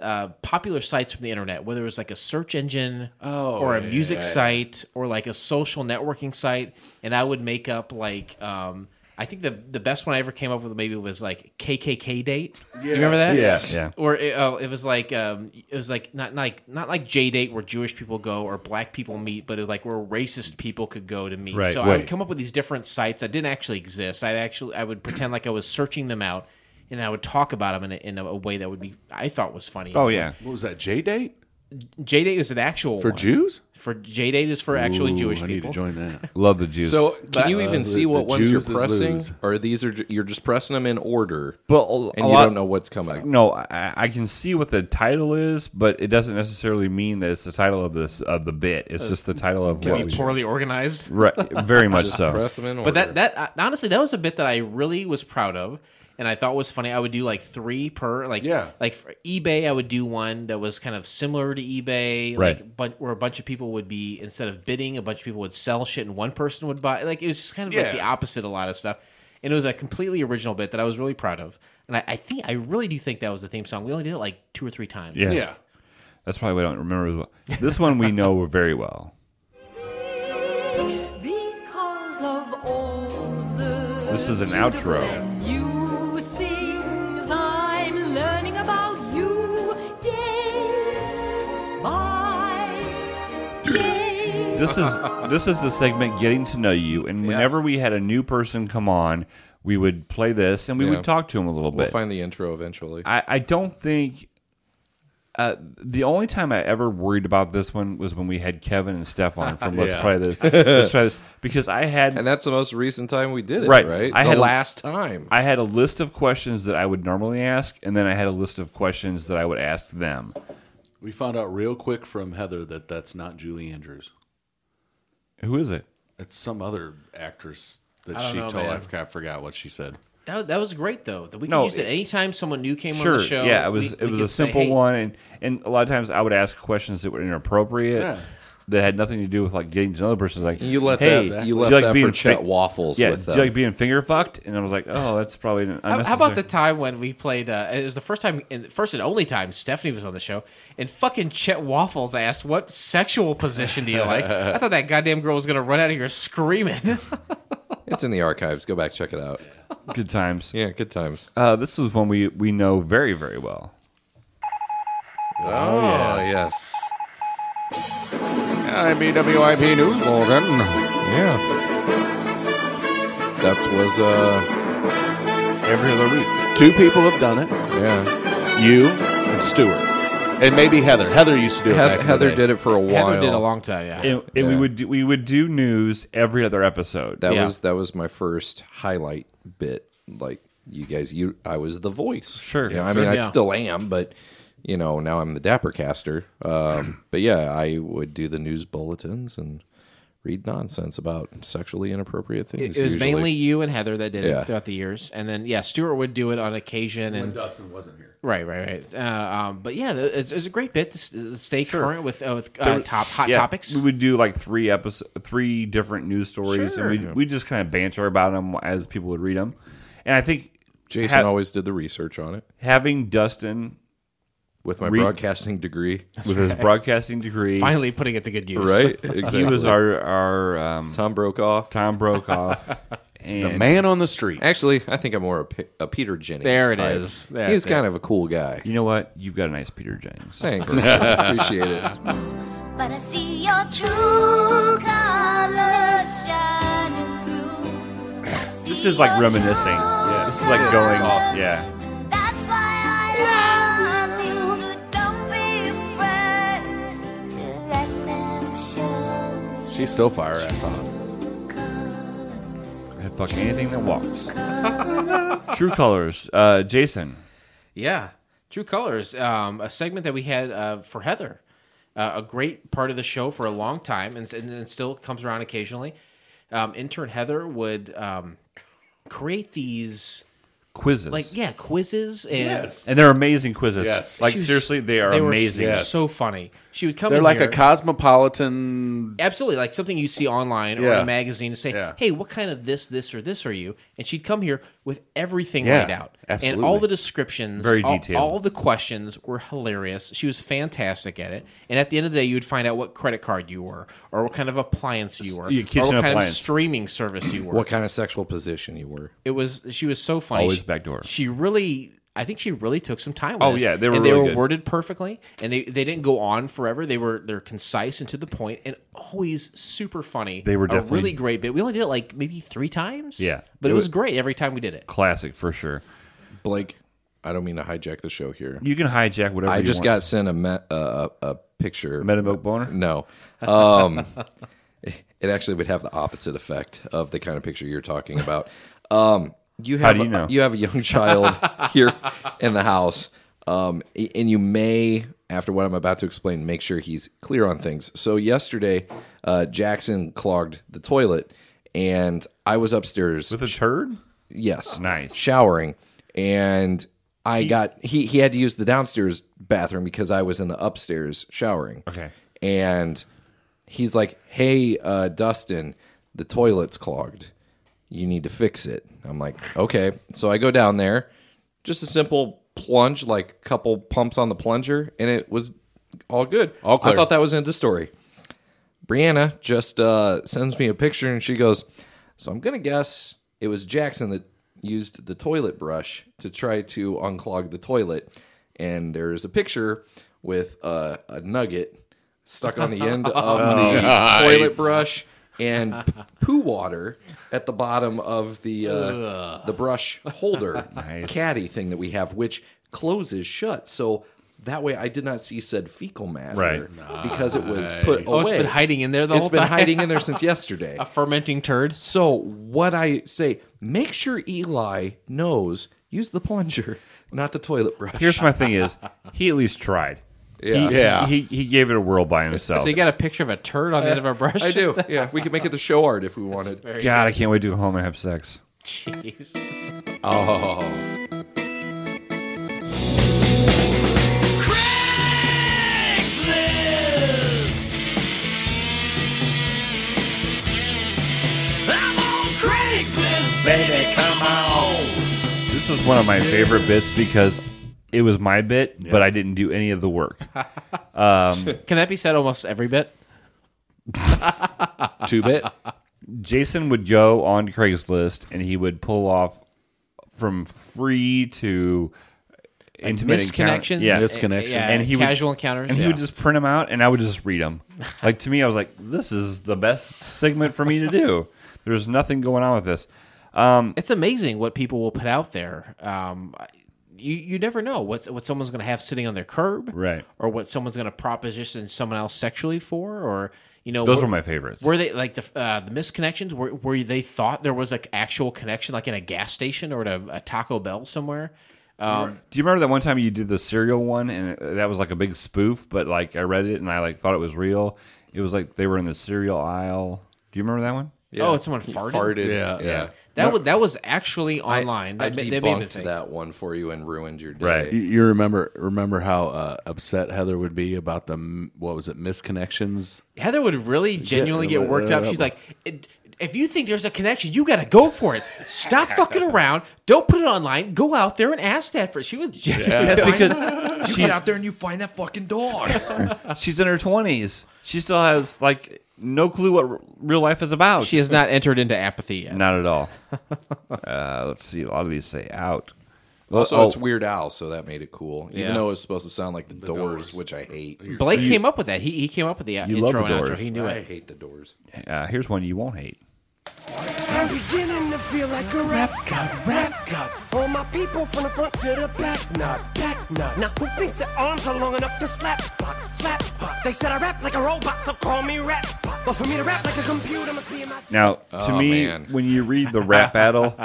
Speaker 5: uh, popular sites from the internet, whether it was like a search engine or a music site or like a social networking site, and I would make up like um, I think the the best one I ever came up with maybe was like KKK date. You remember that?
Speaker 2: yeah yeah.
Speaker 5: Or it, oh, it was like um, it was like not like not like J date where Jewish people go or black people meet, but it was like where racist people could go to meet.
Speaker 2: Right,
Speaker 5: so I
Speaker 2: right.
Speaker 5: would come up with these different sites that didn't actually exist. I actually I would pretend like I was searching them out, and I would talk about them in a, in a, way that would be I thought was funny.
Speaker 2: Oh yeah.
Speaker 4: What was that? J date
Speaker 5: J date is an actual
Speaker 4: for
Speaker 5: one.
Speaker 4: Jews?
Speaker 5: For J date is for actually
Speaker 4: Ooh,
Speaker 5: Jewish
Speaker 4: I
Speaker 5: people.
Speaker 4: need to join that.
Speaker 2: Love the Jews.
Speaker 3: So can you
Speaker 4: Uh,
Speaker 3: even
Speaker 4: the-
Speaker 3: see
Speaker 4: the
Speaker 3: what ones
Speaker 4: Jews is
Speaker 3: you're pressing,
Speaker 4: lose.
Speaker 3: or these are ju- you're just pressing them in order,
Speaker 2: but a,
Speaker 3: and
Speaker 2: a
Speaker 3: you
Speaker 2: lot-
Speaker 3: don't know what's coming.
Speaker 2: No, I, I can see what the title is, but it doesn't necessarily mean that it's the title of this of the bit.
Speaker 5: Uh,
Speaker 2: It's just the title of what.
Speaker 5: Be
Speaker 2: we-
Speaker 5: poorly organized.
Speaker 2: Right, very much so.
Speaker 3: Press them in order.
Speaker 5: But that that uh, honestly, that was a bit that I really was proud of, and I thought was funny. I would do like three per, like
Speaker 4: Yeah.
Speaker 5: like for eBay. I would do one that was kind of similar to eBay,
Speaker 2: Right.
Speaker 5: Like, but where a bunch of people would be instead of bidding, a bunch of people would sell shit, and one person would buy. Like it was just kind of like
Speaker 4: Yeah.
Speaker 5: the opposite a lot of stuff. And it was a completely original bit that I was really proud of, and I, I think I really do think that was the theme song. We only did it like two or three times.
Speaker 2: Yeah.
Speaker 4: Yeah.
Speaker 2: that's probably why I don't remember as well. This one we know very well.
Speaker 9: Because of all the
Speaker 2: This is an outro.
Speaker 9: new things I'm learning about you day by day.
Speaker 2: This is this is the segment getting to know you, and whenever we had a new person come on, we would play this and we
Speaker 3: Yeah.
Speaker 2: would talk to him a little
Speaker 3: we'll
Speaker 2: bit.
Speaker 3: find the intro eventually.
Speaker 2: I, I don't think. Uh, the only time I ever worried about this one was when we had Kevin and Steph on from Let's
Speaker 4: Yeah.
Speaker 2: Play This. Let's try this because I had
Speaker 3: and that's the most recent time we did it,
Speaker 2: Right.
Speaker 3: right?
Speaker 2: I
Speaker 3: the
Speaker 2: had-
Speaker 3: last time.
Speaker 2: I had a list of questions that I would normally ask, and then I had a list of questions that I would ask them.
Speaker 4: We found out real quick from Heather that that's not Julie Andrews.
Speaker 2: Who is it?
Speaker 4: It's some other actress that
Speaker 5: don't
Speaker 4: she
Speaker 5: know,
Speaker 4: told. I
Speaker 5: man.
Speaker 4: forgot, I forgot what she said.
Speaker 5: That, was- that was great though. That we can
Speaker 2: No,
Speaker 5: use it
Speaker 2: it-
Speaker 5: anytime someone new came on
Speaker 2: Sure.
Speaker 5: the show.
Speaker 2: yeah, it
Speaker 5: we-
Speaker 2: was
Speaker 5: we
Speaker 2: it was
Speaker 5: could
Speaker 2: a
Speaker 5: say,
Speaker 2: simple
Speaker 5: "Hey,
Speaker 2: one, and and a lot of times I would ask questions that were inappropriate.
Speaker 4: Yeah.
Speaker 2: That had nothing to do with like getting to know the person. Like
Speaker 3: You let
Speaker 2: hey,
Speaker 3: that-
Speaker 2: do
Speaker 3: you left
Speaker 2: like
Speaker 3: that
Speaker 2: being
Speaker 3: for Chet Waffles
Speaker 2: Yeah,
Speaker 3: with
Speaker 2: do you like
Speaker 3: that.
Speaker 2: being finger fucked? And I was like, oh, that's probably an
Speaker 5: How, how about the
Speaker 2: unnecessary-
Speaker 5: time when we played? Uh, it was the first time, and first and only time Stephanie was on the show, and fucking Chet Waffles asked, "What sexual position do you like?" I thought that goddamn girl was gonna run out of here screaming.
Speaker 3: It's in the archives. Go back, check it out.
Speaker 2: good times?
Speaker 3: Yeah, good times.
Speaker 2: Uh, this is one we we know very very well.
Speaker 3: Oh, yes.
Speaker 4: IBWIP News Bulletin.
Speaker 3: Yeah. That was uh
Speaker 2: Every other week,
Speaker 4: Two people have done it.
Speaker 3: yeah.
Speaker 4: You and Stuart, and maybe Heather. Heather used to do it. back
Speaker 3: Heather,
Speaker 4: in the
Speaker 3: Heather
Speaker 4: day.
Speaker 3: did it for a while.
Speaker 5: Heather did a long time. Yeah,
Speaker 2: and, and we
Speaker 3: Yeah.
Speaker 2: would do, we would do news every other episode.
Speaker 3: That
Speaker 5: Yeah.
Speaker 3: was that was my first highlight bit. Like you guys, you I was the voice.
Speaker 2: Sure.
Speaker 3: You know, I mean, I
Speaker 5: Yeah.
Speaker 3: still am, but you know, now I'm the dapper caster. Um, but yeah, I would do the news bulletins and read nonsense about sexually inappropriate things.
Speaker 5: it, it was
Speaker 3: usually.
Speaker 5: mainly you and Heather that did
Speaker 3: Yeah.
Speaker 5: it throughout the years, and then yeah, Stuart would do it on occasion, and
Speaker 4: Dustin wasn't here.
Speaker 5: right, right, right. Uh, um, but yeah, it's, it's a great bit to s- stay current with uh, with uh, top hot
Speaker 2: Yeah,
Speaker 5: topics.
Speaker 2: We would do like three episode, three different news stories,
Speaker 5: Sure.
Speaker 2: and we we just kind of banter about them as people would read them. And I think
Speaker 3: Jason
Speaker 2: ha-
Speaker 3: always did the research on it
Speaker 2: having Dustin
Speaker 3: with my
Speaker 2: Read-
Speaker 3: broadcasting degree.
Speaker 2: with his broadcasting degree,
Speaker 5: Finally, putting it to good use.
Speaker 3: Right? Exactly.
Speaker 2: he was our our um,
Speaker 3: Tom Brokaw.
Speaker 2: Tom Brokaw, and
Speaker 4: The man on the street.
Speaker 3: Actually, I think I'm more a, Pe- a Peter Jennings.
Speaker 5: There it
Speaker 3: type.
Speaker 5: is. That's
Speaker 3: He's
Speaker 5: it.
Speaker 3: kind of a cool guy.
Speaker 2: you know what? You've got a nice Peter Jennings.
Speaker 3: Thanks, appreciate it.
Speaker 8: but I see your true colors shining through. I
Speaker 2: This
Speaker 8: see
Speaker 2: is like
Speaker 8: your
Speaker 2: reminiscing.
Speaker 8: true
Speaker 2: Yeah, this is like going. Yeah.
Speaker 8: That's why I love you. So don't be afraid to let them show you
Speaker 4: She's still fire ass hot.
Speaker 8: colors.
Speaker 2: I'd fuck anything that walks. True colors. Uh, Jason.
Speaker 5: Yeah, True Colors, um, a segment that we had uh, for Heather, uh, a great part of the show for a long time, and, and, and still comes around occasionally. Um, intern Heather would um, create these,
Speaker 2: Quizzes.
Speaker 5: like yeah, quizzes and
Speaker 2: and they're amazing quizzes.
Speaker 4: Yes.
Speaker 2: Like
Speaker 5: She was-
Speaker 2: seriously, they are
Speaker 5: they were
Speaker 2: amazing.
Speaker 4: Yes.
Speaker 5: so funny. She would come.
Speaker 4: They're
Speaker 5: in
Speaker 4: like a
Speaker 5: here-
Speaker 4: cosmopolitan.
Speaker 5: absolutely like something you see online or in
Speaker 4: Yeah.
Speaker 5: a magazine to say,
Speaker 4: Yeah.
Speaker 5: "Hey, what kind of this, this, or this are you?" And she'd come here with everything
Speaker 4: Yeah,
Speaker 5: laid out, and
Speaker 4: absolutely.
Speaker 5: all the descriptions,
Speaker 2: Very
Speaker 5: all-
Speaker 2: detailed.
Speaker 5: All, the questions were hilarious. She was fantastic at it, and at the end of the day, you would find out what credit card you were, or what kind of appliance you were,
Speaker 2: Your
Speaker 5: or what
Speaker 2: kitchen
Speaker 5: kind of
Speaker 2: appliance.
Speaker 5: streaming service you were.
Speaker 3: What kind of sexual position you were?
Speaker 5: it was she was so funny.
Speaker 2: Always
Speaker 5: she,
Speaker 2: backdoor.
Speaker 5: She really. I think she really took some time. With
Speaker 2: Oh,
Speaker 5: this,
Speaker 2: yeah, they were
Speaker 5: and they
Speaker 2: really
Speaker 5: were
Speaker 2: good.
Speaker 5: worded perfectly, and they, they didn't go on forever. They were they're concise and to the point, and always super funny.
Speaker 2: They were
Speaker 5: a
Speaker 2: definitely-
Speaker 5: really great bit. We only did it like maybe three times.
Speaker 2: Yeah.
Speaker 5: but it,
Speaker 2: It
Speaker 5: was,
Speaker 2: was-
Speaker 5: great every time we did it.
Speaker 2: Classic for sure.
Speaker 3: Blake, I don't mean to hijack the show here.
Speaker 2: You can hijack whatever.
Speaker 3: I
Speaker 2: you
Speaker 3: just
Speaker 2: want.
Speaker 3: got sent a me- uh, a, a picture.
Speaker 2: Metamoke boner.
Speaker 3: no, um, it actually would have the opposite effect of the kind of picture you're talking about. Um, you have
Speaker 2: do you know?
Speaker 3: you have a young child here in the house, um, a- and you may, after what I'm about to explain, make sure he's clear on things. So yesterday, uh, Jackson clogged the toilet, and I was upstairs
Speaker 2: With a turd.
Speaker 3: Yes.
Speaker 2: Nice.
Speaker 3: Showering. And I got he he had to use the downstairs bathroom because I was in the upstairs showering.
Speaker 2: Okay.
Speaker 3: And he's like, "Hey, uh, Dustin, the toilet's clogged. You need to fix it." I'm like, "Okay." So I go down there, just a simple plunge, like a couple pumps on the plunger, and it was all good.
Speaker 4: All clear.
Speaker 3: I thought that was end of story. Brianna just uh, sends me a picture and she goes, So I'm going to guess it was Jackson that used the toilet brush to try to unclog the toilet. And there is a picture with uh, a nugget stuck on the end of the toilet brush and p- poo water at the bottom of the uh, the brush holder caddy thing that we have, which closes shut. So that way, I did not see said fecal matter
Speaker 2: Right.
Speaker 3: because it was put
Speaker 5: Oh,
Speaker 3: away.
Speaker 5: it's been hiding in there the
Speaker 3: It's
Speaker 5: whole
Speaker 3: been
Speaker 5: time.
Speaker 3: hiding in there since yesterday.
Speaker 5: a fermenting turd.
Speaker 3: So what I say, make sure Eli knows use the plunger, not the toilet brush.
Speaker 2: Here's my thing: is he at least tried?
Speaker 3: Yeah.
Speaker 2: He,
Speaker 4: Yeah.
Speaker 2: He, he gave it a whirl by himself.
Speaker 5: So you got a picture of a turd on the end of a brush.
Speaker 3: I do. Yeah, we could make it the show art if we wanted.
Speaker 2: God, I can't wait to go home and have sex.
Speaker 5: Jeez.
Speaker 4: Oh,
Speaker 2: This is one of my favorite bits because it was my bit, but I didn't do any of the work.
Speaker 5: Can that be said almost every bit?
Speaker 4: two bit.
Speaker 2: Jason would go on Craigslist and he would pull off from free to intimate
Speaker 5: Misconnections,
Speaker 2: encounter- Yeah.
Speaker 4: Misconnections.
Speaker 5: yeah,
Speaker 2: And he would-
Speaker 5: casual encounters.
Speaker 2: And he would just print them out, and I would just read them. Like to me, I was like, "This is the best segment for me to do." There's nothing going on with this.
Speaker 5: it's amazing what people will put out there. Um, you you never know what's what someone's going to have sitting on their curb,
Speaker 2: Right.
Speaker 5: Or what someone's going to proposition someone else sexually for, or you know,
Speaker 2: Those
Speaker 5: were,
Speaker 2: were my favorites.
Speaker 5: were they like the uh, the misconnections? Were where they thought there was like actual connection, like in a gas station or at a, a Taco Bell somewhere? Um,
Speaker 2: Do you remember that one time you did the cereal one, and it- that was like a big spoof? But like I read it, and I like thought it was real. It was like they were in the cereal aisle. Do you remember that one?
Speaker 5: Oh, it's someone farted.
Speaker 4: Yeah.
Speaker 3: yeah.
Speaker 5: That was that was actually
Speaker 3: I-
Speaker 5: online.
Speaker 3: I,
Speaker 5: That ma- that made me
Speaker 3: debunked
Speaker 5: think.
Speaker 3: that one for you and ruined your day.
Speaker 2: Right.
Speaker 4: You- You remember remember how uh, upset Heather would be about the m- what was it misconnections?
Speaker 5: Heather would really genuinely get worked up.
Speaker 4: yeah,
Speaker 5: She's
Speaker 4: but-
Speaker 5: like, "It- if you think there's a connection, you got to go for it. Stop fucking around. Don't put it online. Go out there and ask that person. She would.
Speaker 2: That's because
Speaker 3: You
Speaker 2: she's
Speaker 3: get out there and you find that fucking dog.
Speaker 2: she's in her twenties. She still has like no clue what r- real life is about.
Speaker 5: she has not entered into apathy yet.
Speaker 2: not at all. Uh, let's see. A lot of these say out.
Speaker 3: Also,
Speaker 2: oh.
Speaker 3: it's Weird Al, so that made it cool.
Speaker 5: Yeah.
Speaker 3: Even though it was supposed to sound like the, doors,
Speaker 4: Doors.
Speaker 3: which I hate.
Speaker 5: Blake came up with that. He, he came up with the uh,
Speaker 2: You love The
Speaker 5: intro and outro.
Speaker 2: Doors.
Speaker 5: He knew
Speaker 3: I
Speaker 5: it.
Speaker 3: hate the doors.
Speaker 2: Uh, here's one you won't hate.
Speaker 7: I'm beginning to feel like a rap god, rap god. All my people from the front to the back, nah, back, nah. Now who thinks their arms are long enough to slap box, slap box? They said I rap like a robot, so call me rap. Bot. But for me to rap like a computer must be in my.
Speaker 2: Now, to
Speaker 3: Oh,
Speaker 2: me,
Speaker 3: man.
Speaker 2: when you read the rap battle,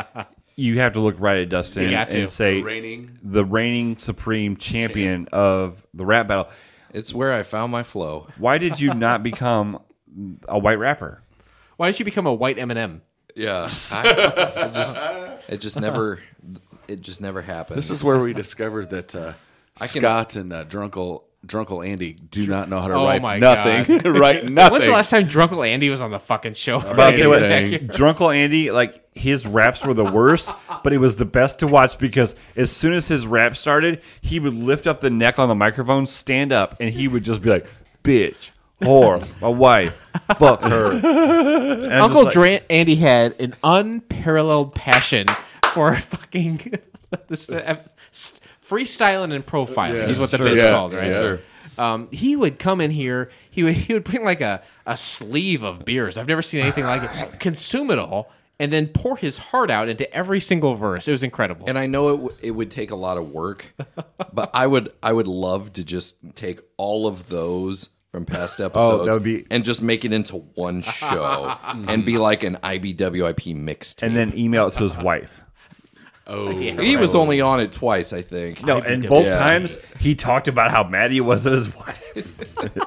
Speaker 2: you have to look right at Dustin
Speaker 5: You
Speaker 2: and
Speaker 5: got to.
Speaker 2: say
Speaker 4: Reigning.
Speaker 2: the reigning supreme champion of the rap battle.
Speaker 3: It's where I found my flow.
Speaker 2: Why did you not become a white rapper?
Speaker 5: Why don't you become a white Eminem?
Speaker 3: Yeah, I, I just it just never it just never happened.
Speaker 4: This is where we discovered that uh,
Speaker 3: can-
Speaker 4: Scott and uh, Drunkle Drunkle Andy do not know how to
Speaker 5: Oh
Speaker 4: write
Speaker 5: my
Speaker 4: nothing. write nothing.
Speaker 5: When's the last time Drunkle Andy was on the fucking show?
Speaker 2: But I'll tell you what,
Speaker 4: Anything.
Speaker 2: Drunkle Andy, like his raps were the worst, but it was the best to watch because as soon as his rap started, he would lift up the neck on the microphone, stand up, and he would just be like, "Bitch, whore, my wife, fuck her." And I'm just
Speaker 5: Uncle
Speaker 2: like,
Speaker 5: Dran- Andy had an unparalleled passion for fucking this uh, s- freestyling and profiling. is what the
Speaker 4: sure.
Speaker 5: bit's
Speaker 4: Yeah,
Speaker 5: called, right?
Speaker 4: yeah. Sure.
Speaker 5: Um, he would come in here. He would he would bring like a, a sleeve of beers. I've never seen anything like it. Consume it all and then pour his heart out into every single verse. It was incredible.
Speaker 3: and I know it w- it would take a lot of work, but I would I would love to just take all of those from past episodes
Speaker 2: Oh, that would be-
Speaker 3: and just make it into one show and be like an IBWIP mixtape.
Speaker 2: and then email it to his wife.
Speaker 4: Oh,
Speaker 3: he was only on it twice, I think.
Speaker 2: No, and both
Speaker 3: Yeah.
Speaker 2: times he talked about how mad he was at his wife.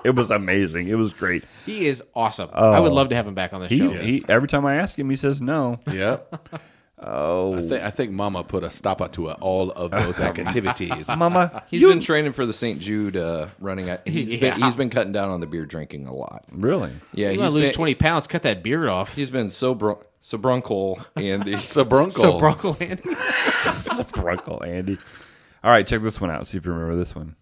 Speaker 2: it was amazing. It was great.
Speaker 5: he is awesome. I would love to have him back on the
Speaker 2: He,
Speaker 5: show.
Speaker 2: he every time I ask him, he says no.
Speaker 4: Yep. Oh. I think, I think Mama put a stop to uh, all of those activities.
Speaker 2: Mama,
Speaker 3: He's been training for the St. Jude uh, running. At, he's been
Speaker 5: Yeah.
Speaker 3: he's been cutting down on the beer drinking a lot.
Speaker 2: really?
Speaker 3: Yeah,
Speaker 5: you
Speaker 3: he's
Speaker 5: want to lose
Speaker 3: been,
Speaker 5: twenty pounds? Cut that beard off.
Speaker 3: He's been so br- so brunkle and he's
Speaker 4: Sabruncle.
Speaker 5: So Uncle Andy.
Speaker 2: Brunkle Andy. All right, check this one out. See if you remember this one.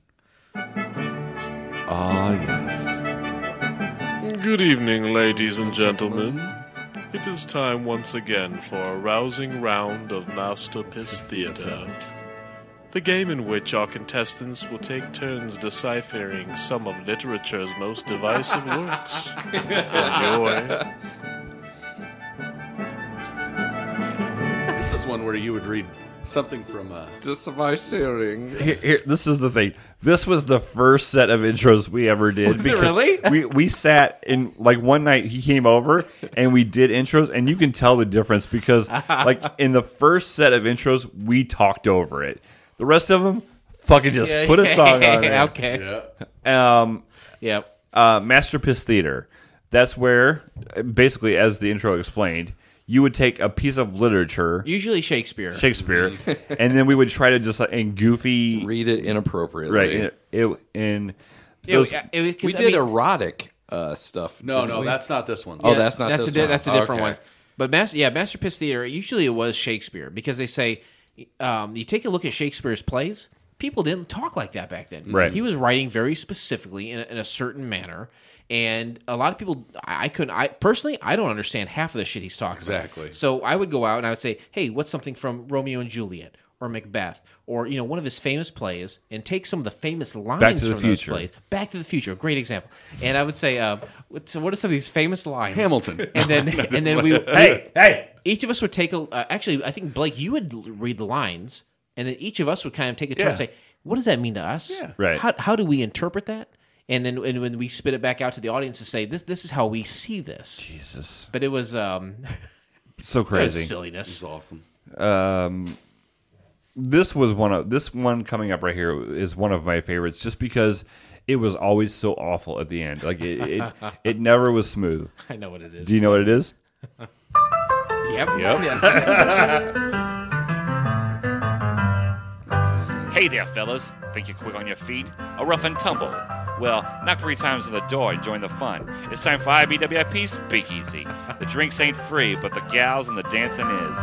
Speaker 4: Ah, yes.
Speaker 6: Good evening, ladies and gentlemen. It is time once again for a rousing round of Masterpiece Theater. The game in which our contestants will take turns deciphering some of literature's most divisive works. Enjoy.
Speaker 4: This is one where you would read something from uh,
Speaker 3: disvisating.
Speaker 2: Here, here- this is the thing. This was the first set of intros we ever did.
Speaker 5: it
Speaker 2: because
Speaker 5: really?
Speaker 2: We we sat in like one night. He came over and we did intros, and you can tell the difference because like in the first set of intros, we talked over it. The rest of them, fucking just put a song on it.
Speaker 5: okay. Yeah.
Speaker 2: Um,
Speaker 5: Yep.
Speaker 2: uh, Masterpiece Theater. That's where, basically, as the intro explained, you would take a piece of literature,
Speaker 5: Usually Shakespeare.
Speaker 2: Shakespeare, and then we would try to just like in goofy,
Speaker 3: Read it inappropriately.
Speaker 2: right? in It, in
Speaker 5: It-
Speaker 2: those-
Speaker 5: it- it- 'cause,
Speaker 3: We
Speaker 5: I
Speaker 3: did
Speaker 5: mean-
Speaker 3: erotic uh, stuff.
Speaker 4: No,
Speaker 3: didn't
Speaker 4: no,
Speaker 3: we?
Speaker 4: that's not this one.
Speaker 3: Oh, that's not
Speaker 5: that's
Speaker 3: this
Speaker 5: a di-
Speaker 3: one.
Speaker 5: that's a different
Speaker 3: Okay.
Speaker 5: one. But master, yeah, masterpiece theater. Usually it was Shakespeare because they say um, you take a look at Shakespeare's plays. People didn't talk like that back then.
Speaker 2: Right.
Speaker 5: He was writing very specifically in a, in a certain manner, and a lot of people. I, I couldn't. I personally, I don't understand half of the shit he's talking.
Speaker 4: Exactly.
Speaker 5: So I would go out and I would say, "Hey, what's something from Romeo and Juliet?" Or Macbeth, or you know, one of his famous plays, and take some of the famous lines
Speaker 2: to the
Speaker 5: from those
Speaker 2: Future.
Speaker 5: plays. Back to the Future, great example. And I would say, uh, what, so what are some of these famous lines?
Speaker 4: Hamilton.
Speaker 5: And then and then we
Speaker 2: hey, hey,
Speaker 5: each of us would take a uh, actually I think Blake you would l- read the lines and then each of us would kind of take a turn and
Speaker 4: Yeah.
Speaker 5: say what does that mean to us? Yeah.
Speaker 2: Right.
Speaker 5: How, how do we interpret that? And then and when we spit it back out to the audience to say this this is how we see this.
Speaker 2: Jesus,
Speaker 5: But it was um
Speaker 2: so
Speaker 5: it was
Speaker 2: crazy.
Speaker 5: silliness.
Speaker 4: awesome.
Speaker 2: This was one of this one coming up right here is one of my favorites, just because it was always so awful at the end. Like it, it, it never was smooth.
Speaker 5: I know what it is.
Speaker 2: Do you know what it is?
Speaker 5: Yep. Yep.
Speaker 10: Hey there, fellas. Think you're quick on your feet? A rough and tumble. Well, knock three times on the door and join the fun. It's time for IBWIP Speakeasy. The drinks ain't free, but the gals and the dancing is.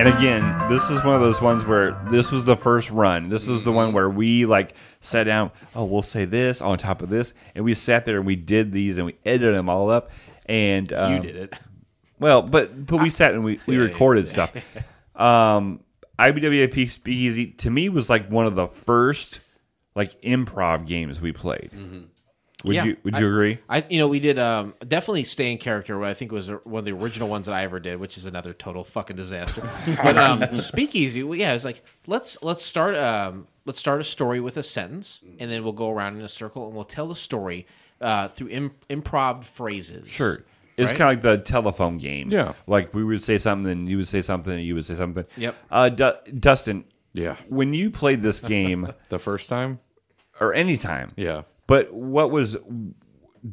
Speaker 2: And again, this is one of those ones where this was the first run. This is the one where we like sat down. Oh, we'll say this on top of this, and we sat there and we did these and we edited them all up. And um,
Speaker 5: you did it.
Speaker 2: well, but but we sat and we we recorded stuff. Um, IBWAP Speakeasy to me was like one of the first like improv games we played. Would
Speaker 5: Mm-hmm. Yeah,
Speaker 2: you Would you agree?
Speaker 5: I, you know, we did um, definitely stay in character. What I think was one of the original ones that I ever did, which is another total fucking disaster. But um, speakeasy, well, yeah, it was like let's let's start um, let's start a story with a sentence, and then we'll go around in a circle and we'll tell the story uh, through Im- improv phrases.
Speaker 2: Sure. It's
Speaker 5: Right?
Speaker 2: kind of like the telephone game.
Speaker 3: Yeah.
Speaker 2: Like we would say something, and you would say something, and you would say something.
Speaker 5: Yep.
Speaker 2: Uh, Du- Dustin,
Speaker 3: Yeah.
Speaker 2: when you played this game
Speaker 3: The first time?
Speaker 2: or any time,
Speaker 3: Yeah.
Speaker 2: But what was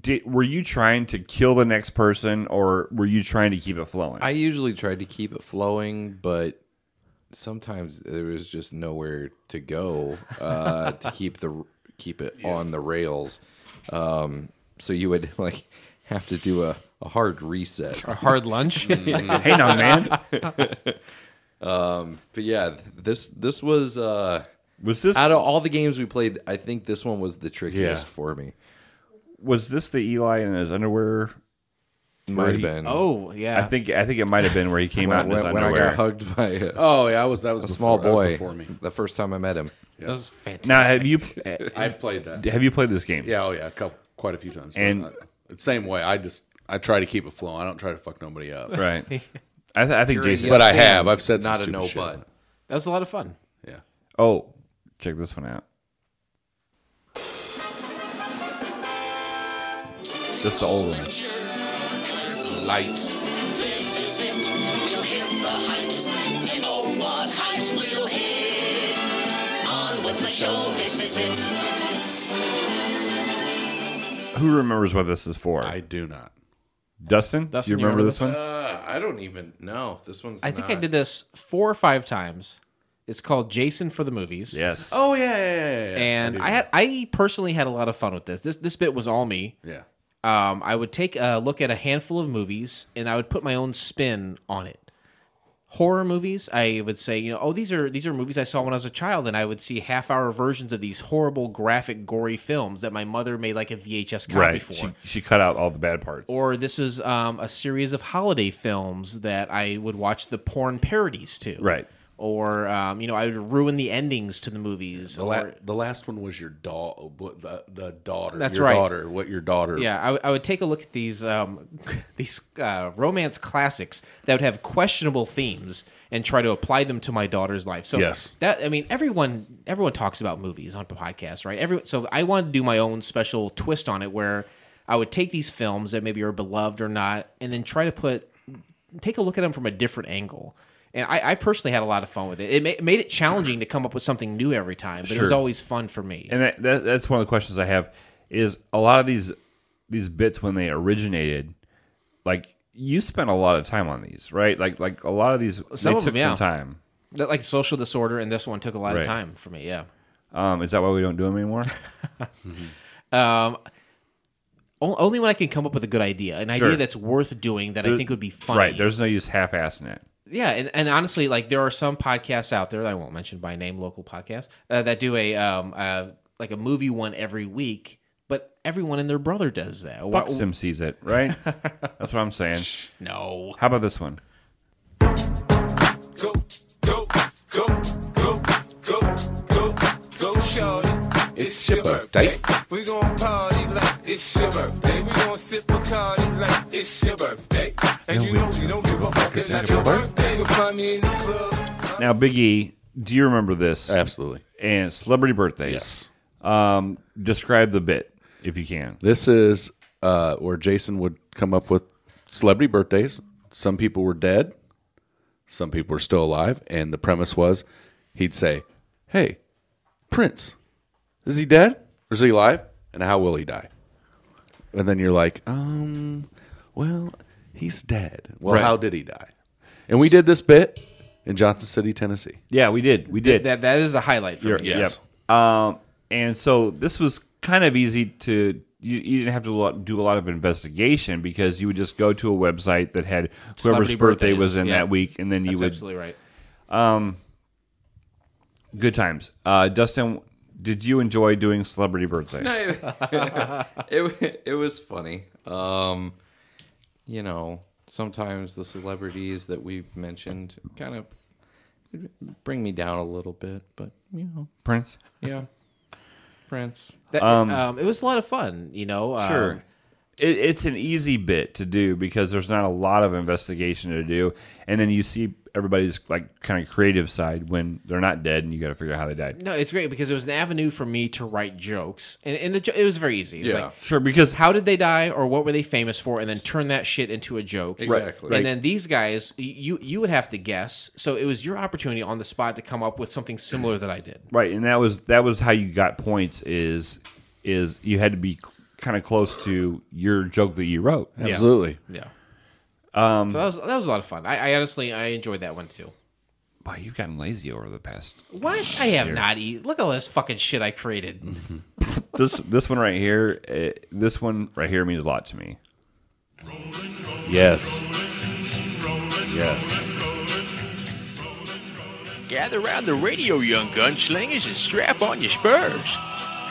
Speaker 2: did were you trying to kill the next person or were you trying to keep it flowing?
Speaker 3: I usually tried to keep it flowing, but sometimes there was just nowhere to go uh, to keep the keep it on the rails. Um, so you would like have to do a, a hard reset.
Speaker 5: Hard lunch.
Speaker 2: hey now, man.
Speaker 3: But yeah, this this was uh,
Speaker 2: Was this
Speaker 3: out of all the games we played, I think this one was the trickiest for me.
Speaker 2: was this the Eli in his underwear?
Speaker 3: Might have been.
Speaker 5: oh yeah.
Speaker 2: I think I think it might have been where he came out
Speaker 3: when,
Speaker 2: in his
Speaker 3: when- when I
Speaker 2: underwear.
Speaker 3: got hugged by a,
Speaker 4: Oh yeah, I was that was
Speaker 3: a
Speaker 4: before-
Speaker 3: small
Speaker 4: that was
Speaker 3: boy
Speaker 4: before me.
Speaker 3: the first time I met him.
Speaker 5: that was fantastic.
Speaker 2: now have you
Speaker 4: I've played that.
Speaker 2: have you played this game?
Speaker 4: Yeah, oh yeah, a couple, quite a few times. but
Speaker 2: And-
Speaker 4: I- it's same way. I just I try to keep it flowing. I don't try to fuck nobody up.
Speaker 2: Right. I, th- I think Jason.
Speaker 4: But I have. I've said some
Speaker 3: not a
Speaker 4: stupid
Speaker 3: no
Speaker 4: shit.
Speaker 3: but.
Speaker 5: That was a lot of fun.
Speaker 4: Yeah.
Speaker 2: oh, check this one out. This is the old one.
Speaker 4: Lights.
Speaker 2: Who remembers what this is for?
Speaker 4: I do not.
Speaker 2: Dustin,
Speaker 5: Dustin,
Speaker 2: you
Speaker 5: you
Speaker 2: remember,
Speaker 5: remember
Speaker 2: this one?
Speaker 3: Uh, I don't even know. This one's.
Speaker 5: I think I did this four or five times. It's called Jason for the movies.
Speaker 2: Yes.
Speaker 4: Oh yeah, yeah, yeah. yeah, yeah.
Speaker 5: And I had I personally had a lot of fun with this. This this bit was all me.
Speaker 4: yeah.
Speaker 5: um, I would take a look at a handful of movies and I would put my own spin on it. Horror movies, I would say, you know, oh, these are these are movies I saw when I was a child, and I would see half hour versions of these horrible, graphic, gory films that my mother made like a VHS copy
Speaker 2: right.
Speaker 5: for.
Speaker 2: She she cut out all the bad parts.
Speaker 5: or this is um, a series of holiday films that I would watch the porn parodies to.
Speaker 2: Right.
Speaker 5: Or um, you know, I would ruin the endings to the movies.
Speaker 4: The, la-
Speaker 5: or-
Speaker 4: the last one was your daughter, the, the daughter.
Speaker 5: That's
Speaker 4: your
Speaker 5: right.
Speaker 4: Daughter, what your daughter?
Speaker 5: Yeah, I, would- I would take a look at these um, these uh, romance classics that would have questionable themes and try to apply them to my daughter's life. So
Speaker 4: Yes.
Speaker 5: that I mean, everyone everyone talks about movies on podcasts, right? Every so I wanted to do my own special twist on it, where I would take these films that maybe are beloved or not, and then try to put take a look at them from a different angle. And I, I personally had a lot of fun with it. It, ma- it made it challenging to come up with something new every time, but it was
Speaker 2: Sure.
Speaker 5: always fun for me.
Speaker 2: and that, that that's one of the questions I have is a lot of these these bits when they originated, like you spent a lot of time on these, right? Like like a lot of these
Speaker 5: Some
Speaker 2: they
Speaker 5: of
Speaker 2: took
Speaker 5: them, yeah.
Speaker 2: some time.
Speaker 5: That, like social disorder, and this one took a lot
Speaker 2: Right.
Speaker 5: of time for me. Yeah.
Speaker 2: Um, is that why we don't do them anymore?
Speaker 5: Um, o- only when I can come up with a good idea, an
Speaker 2: Sure.
Speaker 5: idea that's worth doing that I think would be funny.
Speaker 2: Right. There's no use half assing it.
Speaker 5: yeah, and, and honestly, like there are some podcasts out there that I won't mention by name, local podcasts uh, that do a um uh, like a movie one every week, but everyone and their brother does that. Why-
Speaker 2: Fuck Sim sees it, right? that's what I'm saying.
Speaker 5: no,
Speaker 2: How about this one?
Speaker 7: Go, go, go, go, go, go, go, shorty. It's your birthday. We gon' party like it's your birthday. We gon' sip a party like it's your birthday. And you know we don't give a fuck. It's not your birthday. You'll find me in the club.
Speaker 2: Now, Big E, do you remember this?
Speaker 4: Absolutely.
Speaker 2: and celebrity birthdays.
Speaker 4: Yes.
Speaker 2: Um, describe the bit if you can.
Speaker 4: This is uh, where Jason would come up with celebrity birthdays. Some people were dead, some people were still alive, and the premise was he'd say, "Hey, Prince, is he dead? Or is he alive? And how will he die?" And then you're like, "Um, well, he's dead. Well,
Speaker 2: Right.
Speaker 4: how did he die?" And we did this bit in Johnson City, Tennessee.
Speaker 2: Yeah, we did. We did.
Speaker 5: that that is a highlight for me.
Speaker 2: You're- Yep. Um, and so this was kind of easy to. You, you didn't have to lo- do a lot of investigation because you would just go to a website that had whoever's
Speaker 5: Celebrity
Speaker 2: birthday
Speaker 5: birthdays,
Speaker 2: was in
Speaker 5: yeah.
Speaker 2: that week, and then you
Speaker 5: That's
Speaker 2: would
Speaker 5: absolutely right.
Speaker 2: good times. Uh, Dustin, did you enjoy doing celebrity birthday?
Speaker 3: it it was funny. Um, you know, sometimes the celebrities that we've mentioned kind of bring me down a little bit, but you know,
Speaker 2: Prince.
Speaker 3: yeah, Prince.
Speaker 5: That, um, it was a lot of fun, you know. um,
Speaker 2: Sure. It, it's an easy bit to do because there's not a lot of investigation to do, and then you see everybody's like kind of creative side when they're not dead, and you got to figure out how they died.
Speaker 5: no, it's great because it was an avenue for me to write jokes, and, and the, jo- it was very easy. It was
Speaker 3: Yeah.
Speaker 5: like,
Speaker 2: Sure, because
Speaker 5: how did they die, or what were they famous for, and then turn that shit into a joke.
Speaker 3: Exactly.
Speaker 5: And then these guys, y- you you would have to guess. So it was your opportunity on the spot to come up with something similar that I did.
Speaker 2: right, and that was that was how you got points. Is is you had to be kind of close to your joke that you wrote.
Speaker 4: Absolutely.
Speaker 5: Yeah. so that was that was a lot of fun. I, I honestly I enjoyed that one too.
Speaker 2: Wow, you've gotten lazy over the past.
Speaker 5: What? I have not eaten. Look at all this fucking shit I created.
Speaker 2: This this one right here, eh, this one right here means a lot to me.
Speaker 4: Yes. Yes.
Speaker 11: Gather round the radio, young gunslingers, and strap on your spurs.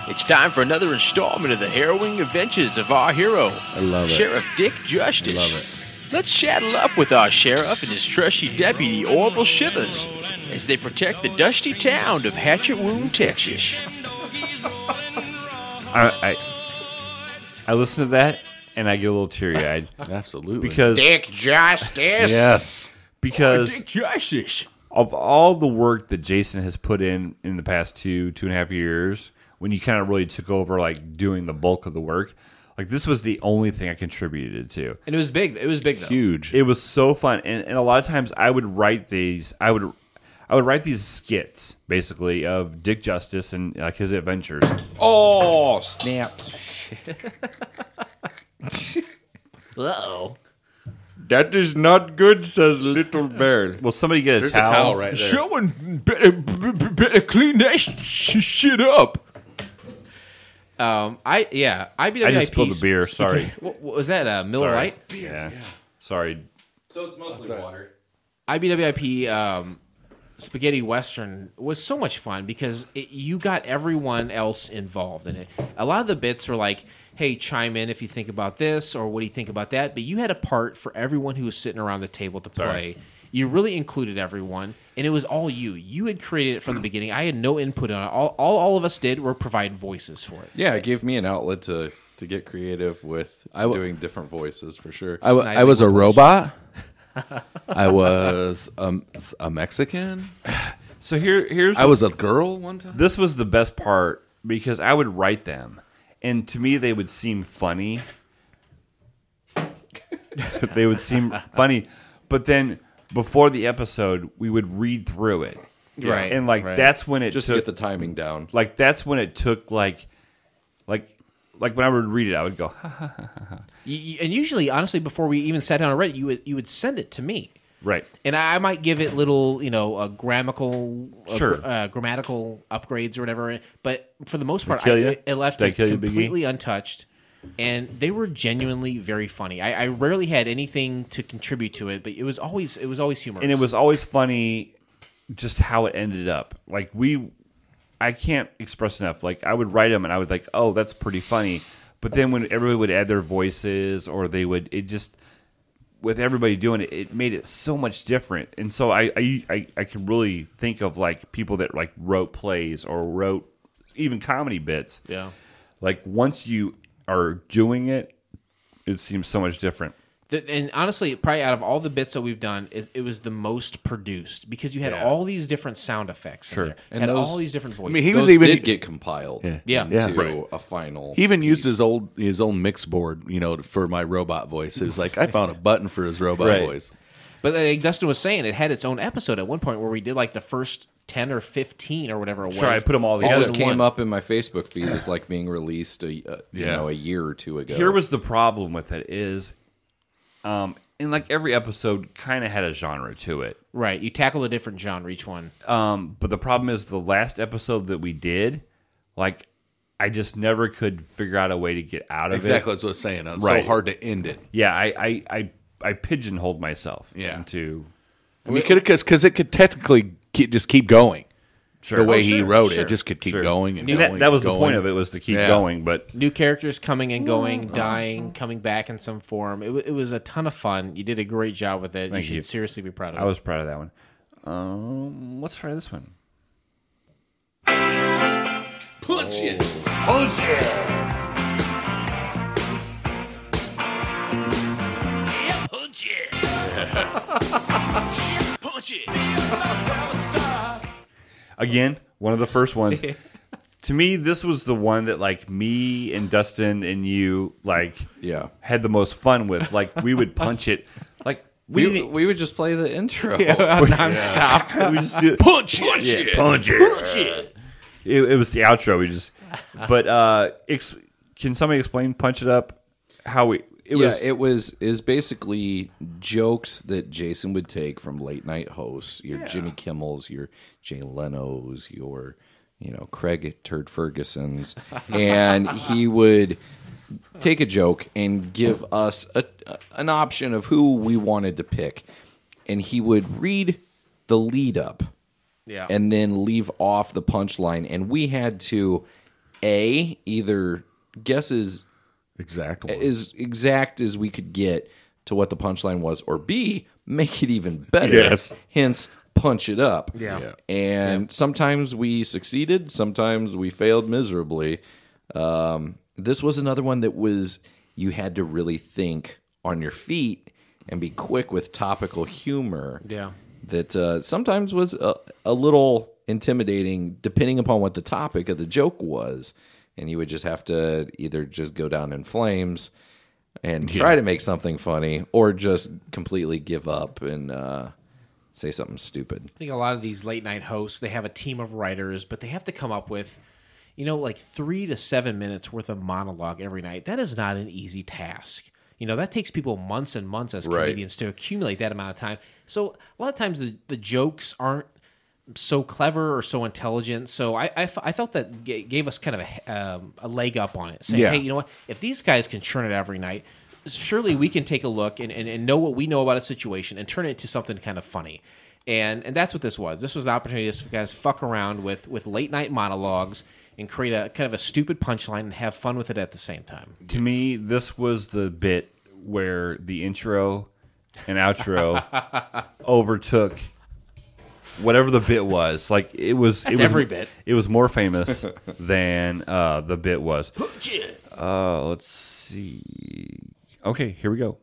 Speaker 11: It's time for another installment of the harrowing adventures of our hero, I
Speaker 4: love it.
Speaker 11: Sheriff Dick Justice. I love it. Let's saddle up with our sheriff and his trusty deputy, Orville Shivers, as they protect the dusty town of Hatchet Wound, Texas.
Speaker 2: I I, I listen to that and I get a little teary eyed
Speaker 4: Absolutely.
Speaker 2: because
Speaker 5: Dick Justice.
Speaker 4: yes.
Speaker 2: because
Speaker 11: Justice.
Speaker 2: of all the work that Jason has put in in the past two two and a half years, when you kind of really took over like doing the bulk of the work, like this was the only thing I contributed to.
Speaker 5: And it was big. It was big though.
Speaker 4: Huge.
Speaker 2: It was so fun, and, and a lot of times I would write these. I would I would write these skits basically of Dick Justice and like his adventures.
Speaker 3: Oh snap!
Speaker 5: Uh-oh.
Speaker 3: That is not good, says Little Bear.
Speaker 2: Will somebody get a
Speaker 4: There's
Speaker 2: towel?
Speaker 4: a towel right there.
Speaker 3: Someone better, better clean that shit up.
Speaker 5: Um, I yeah. IBWIP.
Speaker 2: I just spilled the beer.
Speaker 5: speaking-
Speaker 2: Sorry.
Speaker 5: What, what was that? Uh, Miller
Speaker 2: Sorry.
Speaker 5: Lite.
Speaker 2: Yeah. Sorry.
Speaker 3: So it's mostly water.
Speaker 5: IBWIP um, Spaghetti Western was so much fun because it, you got everyone else involved in it. A lot of the bits were like, hey, chime in if you think about this or what do you think about that. But you had a part for everyone who was sitting around the table to play. You really included everyone, and it was all you. You had created it from the beginning. I had no input on it. All, all, all of us did were provide voices for it.
Speaker 3: Yeah, it gave me an outlet to to get creative with doing different voices for sure.
Speaker 4: I, w- I was a robot. I was um, s- a Mexican.
Speaker 2: So here here's
Speaker 4: I was a girl one time.
Speaker 2: this was the best part because I would write them, and to me they would seem funny. they would seem funny, but then before the episode, we would read through it,
Speaker 5: Right,
Speaker 2: And like
Speaker 5: right.
Speaker 2: that's when it
Speaker 3: just to
Speaker 2: took
Speaker 3: get the timing down.
Speaker 2: like that's when it took like like like when I would read it, I would go,
Speaker 5: You, you- and usually, honestly, before we even sat down and read it, you would, you would send it to me.
Speaker 2: right,
Speaker 5: and I I might give it little, you know, uh, grammatical, uh,
Speaker 2: Sure.
Speaker 5: gr- uh, grammatical upgrades or whatever. But for the most part, I,
Speaker 2: kill ya?
Speaker 5: it left
Speaker 2: Did I
Speaker 5: it
Speaker 2: kill you, Biggie?
Speaker 5: completely untouched, and they were genuinely very funny. I, I rarely had anything to contribute to it, but it was always it was always humorous,
Speaker 2: and it was always funny just how it ended up. Like we I can't express enough. Like I would write them and I would like, "Oh, that's pretty funny." But then when everybody would add their voices or they would it just with everybody doing it, it made it so much different. And so I I I, I can really think of like people that like wrote plays or wrote even comedy bits.
Speaker 5: yeah.
Speaker 2: Like once you are doing it, it seems so much different.
Speaker 5: The, and honestly, probably out of all the bits that we've done, it, it was the most produced because you had all these different sound effects. Sure, and
Speaker 3: And
Speaker 5: had
Speaker 3: those-
Speaker 5: all these different voices.
Speaker 4: mean, he
Speaker 3: Those
Speaker 4: was even
Speaker 3: did get compiled.
Speaker 5: Yeah.
Speaker 3: into
Speaker 5: Yeah.
Speaker 2: Right.
Speaker 3: a final.
Speaker 4: He even used his old his old mix board, you know, for my robot voice. It was like I found a button for his robot
Speaker 2: Right.
Speaker 4: voice.
Speaker 5: But uh, like Dustin was saying, it had its own episode at one point where we did like the first ten or fifteen or whatever it was.
Speaker 2: Sure, I put them all
Speaker 3: It
Speaker 2: together.
Speaker 3: just came up in my Facebook feed as like being released a uh, you
Speaker 4: Yeah.
Speaker 3: know a year or two ago.
Speaker 2: Here was the problem with it is, um, and like every episode kind of had a genre to it.
Speaker 5: Right, you tackle a different genre each one.
Speaker 2: Um, but the problem is the last episode that we did, like, I just never could figure out a way to get out of
Speaker 4: Exactly,
Speaker 2: it.
Speaker 4: that's what I was saying. It's
Speaker 2: Right.
Speaker 4: so hard to end it.
Speaker 2: Yeah, I I I, I pigeonholed myself.
Speaker 4: Yeah.
Speaker 2: Into
Speaker 4: I mean, because because it could technically ke- just keep going.
Speaker 2: sure.
Speaker 4: The way
Speaker 2: Oh,
Speaker 4: he
Speaker 5: sure,
Speaker 4: wrote it,
Speaker 5: sure,
Speaker 4: it just could keep
Speaker 2: sure.
Speaker 4: going and
Speaker 2: And
Speaker 4: going
Speaker 2: that, that was
Speaker 4: and
Speaker 2: the point
Speaker 4: going.
Speaker 2: of it was to keep
Speaker 4: Yeah.
Speaker 2: going. But
Speaker 5: New characters coming and going, dying, coming back in some form. It, wa- it was a ton of fun. You did a great job with it. you should
Speaker 2: you.
Speaker 5: seriously be proud of
Speaker 2: I
Speaker 5: it.
Speaker 2: was proud of that one. Um, let's try this one.
Speaker 11: Punch it.
Speaker 2: Oh.
Speaker 7: Punch it!
Speaker 11: Punch it. Yeah, Punch it.
Speaker 2: Again, one of the first ones. to me, this was the one that like me and Dustin and you like
Speaker 3: Yeah.
Speaker 2: had the most fun with. Like we would punch it. Like we
Speaker 3: We,
Speaker 2: didn't-
Speaker 3: we would just play the intro.
Speaker 2: nonstop. we just do
Speaker 11: Punch it.
Speaker 2: Yeah, punch it. Punch it. It, was the outro. We just, but uh, ex- can somebody explain punch it up? How we it
Speaker 3: yeah,
Speaker 2: was
Speaker 3: it was is basically jokes that Jason would take from late night hosts, your Jimmy Kimmels, your Jay Leno's, your you know Craig Turd Ferguson's, and he would take a joke and give us a, an option of who we wanted to pick, and he would read the lead up,
Speaker 5: Yeah.
Speaker 3: and then leave off the punchline, and we had to a either guesses
Speaker 4: Exactly.
Speaker 3: as exact as we could get to what the punchline was, or B, make it even better.
Speaker 4: Yes.
Speaker 3: Hence, punch it up.
Speaker 5: Yeah. Yeah.
Speaker 3: And sometimes we succeeded, sometimes we failed miserably. Um, this was another one that was you had to really think on your feet and be quick with topical humor.
Speaker 5: Yeah.
Speaker 3: That uh, sometimes was a, a little intimidating, depending upon what the topic of the joke was. And you would just have to either just go down in flames and try to make something funny or just completely give up and uh, say something stupid.
Speaker 5: I think a lot of these late night hosts, they have a team of writers, but they have to come up with, you know, like three to seven minutes worth of monologue every night. That is not an easy task. You know, that takes people months and months as
Speaker 3: Right.
Speaker 5: comedians to accumulate that amount of time. So a lot of times the, the jokes aren't so clever or so intelligent. So I, I, f- I felt that g- gave us kind of a, um, a leg up on it, saying,
Speaker 4: Yeah.
Speaker 5: hey, you know what? If these guys can churn it every night, surely we can take a look and, and, and know what we know about a situation and turn it into something kind of funny. And and that's what this was. This was an opportunity to just guys fuck around with, with late night monologues and create a kind of a stupid punchline and have fun with it at the same time.
Speaker 2: to me this was the bit where the intro and outro overtook whatever the bit was. Like it was it was
Speaker 5: every bit.
Speaker 2: It was more famous than uh, the bit was. Uh, let's see. Okay, here we go.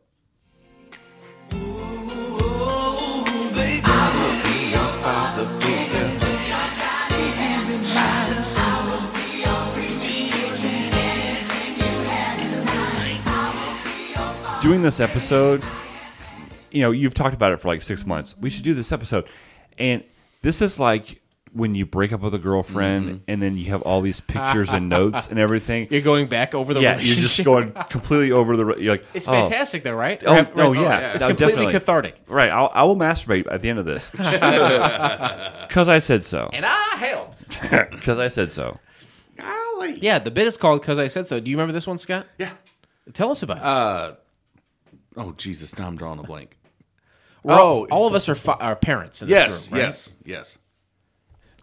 Speaker 2: doing this episode, you know, you've talked about it for like six months. We should do this episode. And this is like when you break up with a girlfriend and then you have all these pictures and notes and everything.
Speaker 5: You're going back over the
Speaker 2: yeah, you're
Speaker 5: relationship.
Speaker 2: just going completely over the. You're like,
Speaker 5: It's
Speaker 2: oh,
Speaker 5: fantastic though, right?
Speaker 2: Oh,
Speaker 5: Or- or-
Speaker 2: oh, yeah.
Speaker 5: It's
Speaker 2: No,
Speaker 5: completely
Speaker 2: definitely.
Speaker 5: cathartic.
Speaker 2: Right, I'll, I will masturbate at the end of this because I said so.
Speaker 5: And I helped.
Speaker 2: Because I said so.
Speaker 5: Yeah, the bit is called "Cause I Said So." Do you remember this one, Scott? Yeah. Tell us about it.
Speaker 4: oh Jesus! Now I'm drawing a blank.
Speaker 5: We're all-
Speaker 4: oh.
Speaker 5: all of us are, fa- are parents in this
Speaker 4: Yes,
Speaker 5: room, right?
Speaker 4: yes, yes.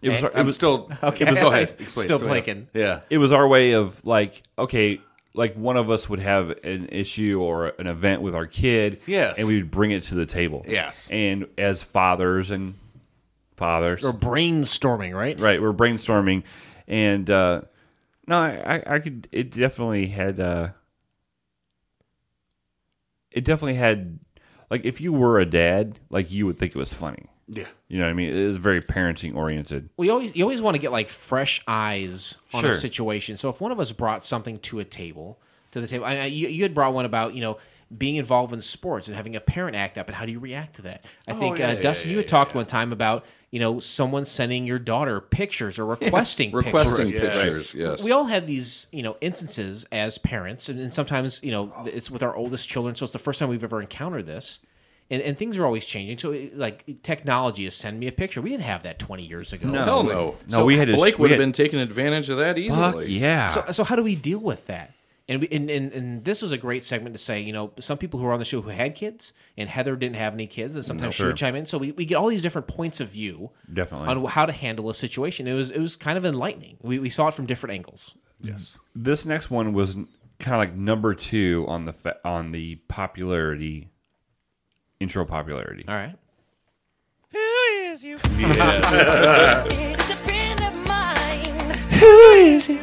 Speaker 2: It was, it
Speaker 4: I'm
Speaker 2: was
Speaker 4: still okay. It was, okay explain,
Speaker 5: Still
Speaker 4: it, explain it.
Speaker 5: blinking.
Speaker 4: Yeah.
Speaker 2: it was our way of like okay like one of us would have an issue or an event with our kid
Speaker 4: Yes.
Speaker 2: and we would bring it to the table
Speaker 4: Yes.
Speaker 2: and as fathers and fathers
Speaker 5: We're brainstorming, right?
Speaker 2: right we're brainstorming and uh no i i, I could it definitely had uh it definitely had like if you were a dad like you would think it was funny
Speaker 4: Yeah.
Speaker 2: you know what i mean it is very parenting oriented
Speaker 5: Well, you always you always want to get like fresh eyes on a
Speaker 2: Sure.
Speaker 5: situation. So if one of us brought something to a table, to the table, I, I, you, you had brought one about you know being involved in sports and having a parent act up, and how do you react to that? I think uh, Dustin, you had talked one time about you know someone sending your daughter pictures or requesting pictures.
Speaker 3: Requesting pictures, yes.
Speaker 5: we all have these you know instances as parents and, and sometimes you know it's with our oldest children so it's the first time we've ever encountered this and, and things are always changing so it, like technology is send me a picture we didn't have that 20 years ago
Speaker 3: Hell no.
Speaker 2: no we had to
Speaker 3: Blake
Speaker 2: we
Speaker 3: would have
Speaker 2: had-
Speaker 3: been taking advantage of that
Speaker 2: fuck
Speaker 3: easily.
Speaker 2: yeah
Speaker 5: so, so how do we deal with that and, we, and, and and this was a great segment to say you know some people who are on the show who had kids and heather didn't have any kids and sometimes she would
Speaker 2: Sure.
Speaker 5: chime in so we, we get all these different points of view
Speaker 2: Definitely.
Speaker 5: on how to handle a situation it was it was kind of enlightening we, we saw it from different angles
Speaker 2: this next one was kind of like number two on the fa- on the popularity intro popularity.
Speaker 5: all right
Speaker 12: is you?
Speaker 4: Yeah.
Speaker 12: It's a friend of mine.
Speaker 11: Who is
Speaker 12: you?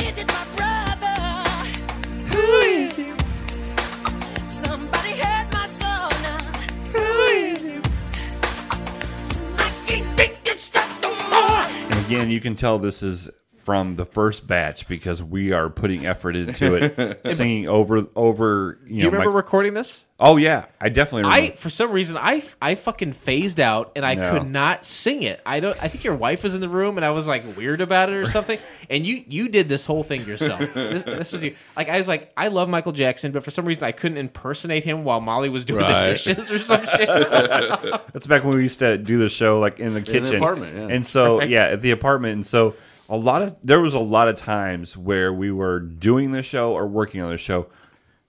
Speaker 12: Is it my brother? Who is you? Somebody heard my song now. Who is you? I can't take this stuff no more.
Speaker 2: And again, you can tell this is from the first batch because we are putting effort into it, singing over over. You
Speaker 5: Do you
Speaker 2: know,
Speaker 5: remember
Speaker 2: my-
Speaker 5: recording this?
Speaker 2: oh yeah, I definitely
Speaker 5: I
Speaker 2: remember.
Speaker 5: for some reason I I fucking phased out and I
Speaker 2: No.
Speaker 5: could not sing it. I don't. I think your wife was in the room and I was like weird about it or something. And you you did this whole thing yourself. this, this was you. Like I was like I love Michael Jackson, but for some reason I couldn't impersonate him while Molly was doing
Speaker 4: Right.
Speaker 5: the dishes or some shit.
Speaker 2: That's back when we used to do the show like in the kitchen
Speaker 4: apartment, yeah.
Speaker 2: and so yeah, at the apartment, and so a lot of there was a lot of times where we were doing the show or working on the show.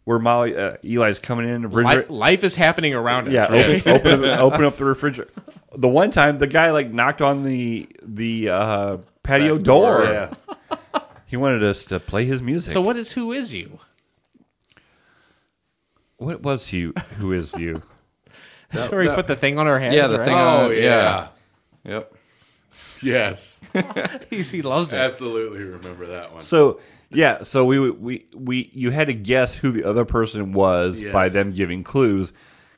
Speaker 2: Where Molly, uh, Eli's coming in,
Speaker 5: Li-
Speaker 2: refriger-
Speaker 5: life is happening around us.
Speaker 2: Yeah,
Speaker 5: right?
Speaker 2: open, open, open up the refrigerator. The one time, the guy like knocked on the the uh, patio door.
Speaker 4: yeah.
Speaker 2: He wanted us to play his music.
Speaker 5: So what is who is you?
Speaker 2: what was he? Who is you?
Speaker 5: That's where he put the thing on her head.
Speaker 3: Yeah, the
Speaker 5: right?
Speaker 3: thing.
Speaker 4: Oh,
Speaker 3: on-
Speaker 4: yeah.
Speaker 3: Yep.
Speaker 4: Yes.
Speaker 5: He's- he loves it.
Speaker 4: Absolutely remember that one.
Speaker 2: So yeah, so we would- we we you had to guess who the other person was
Speaker 4: Yes.
Speaker 2: by them giving clues.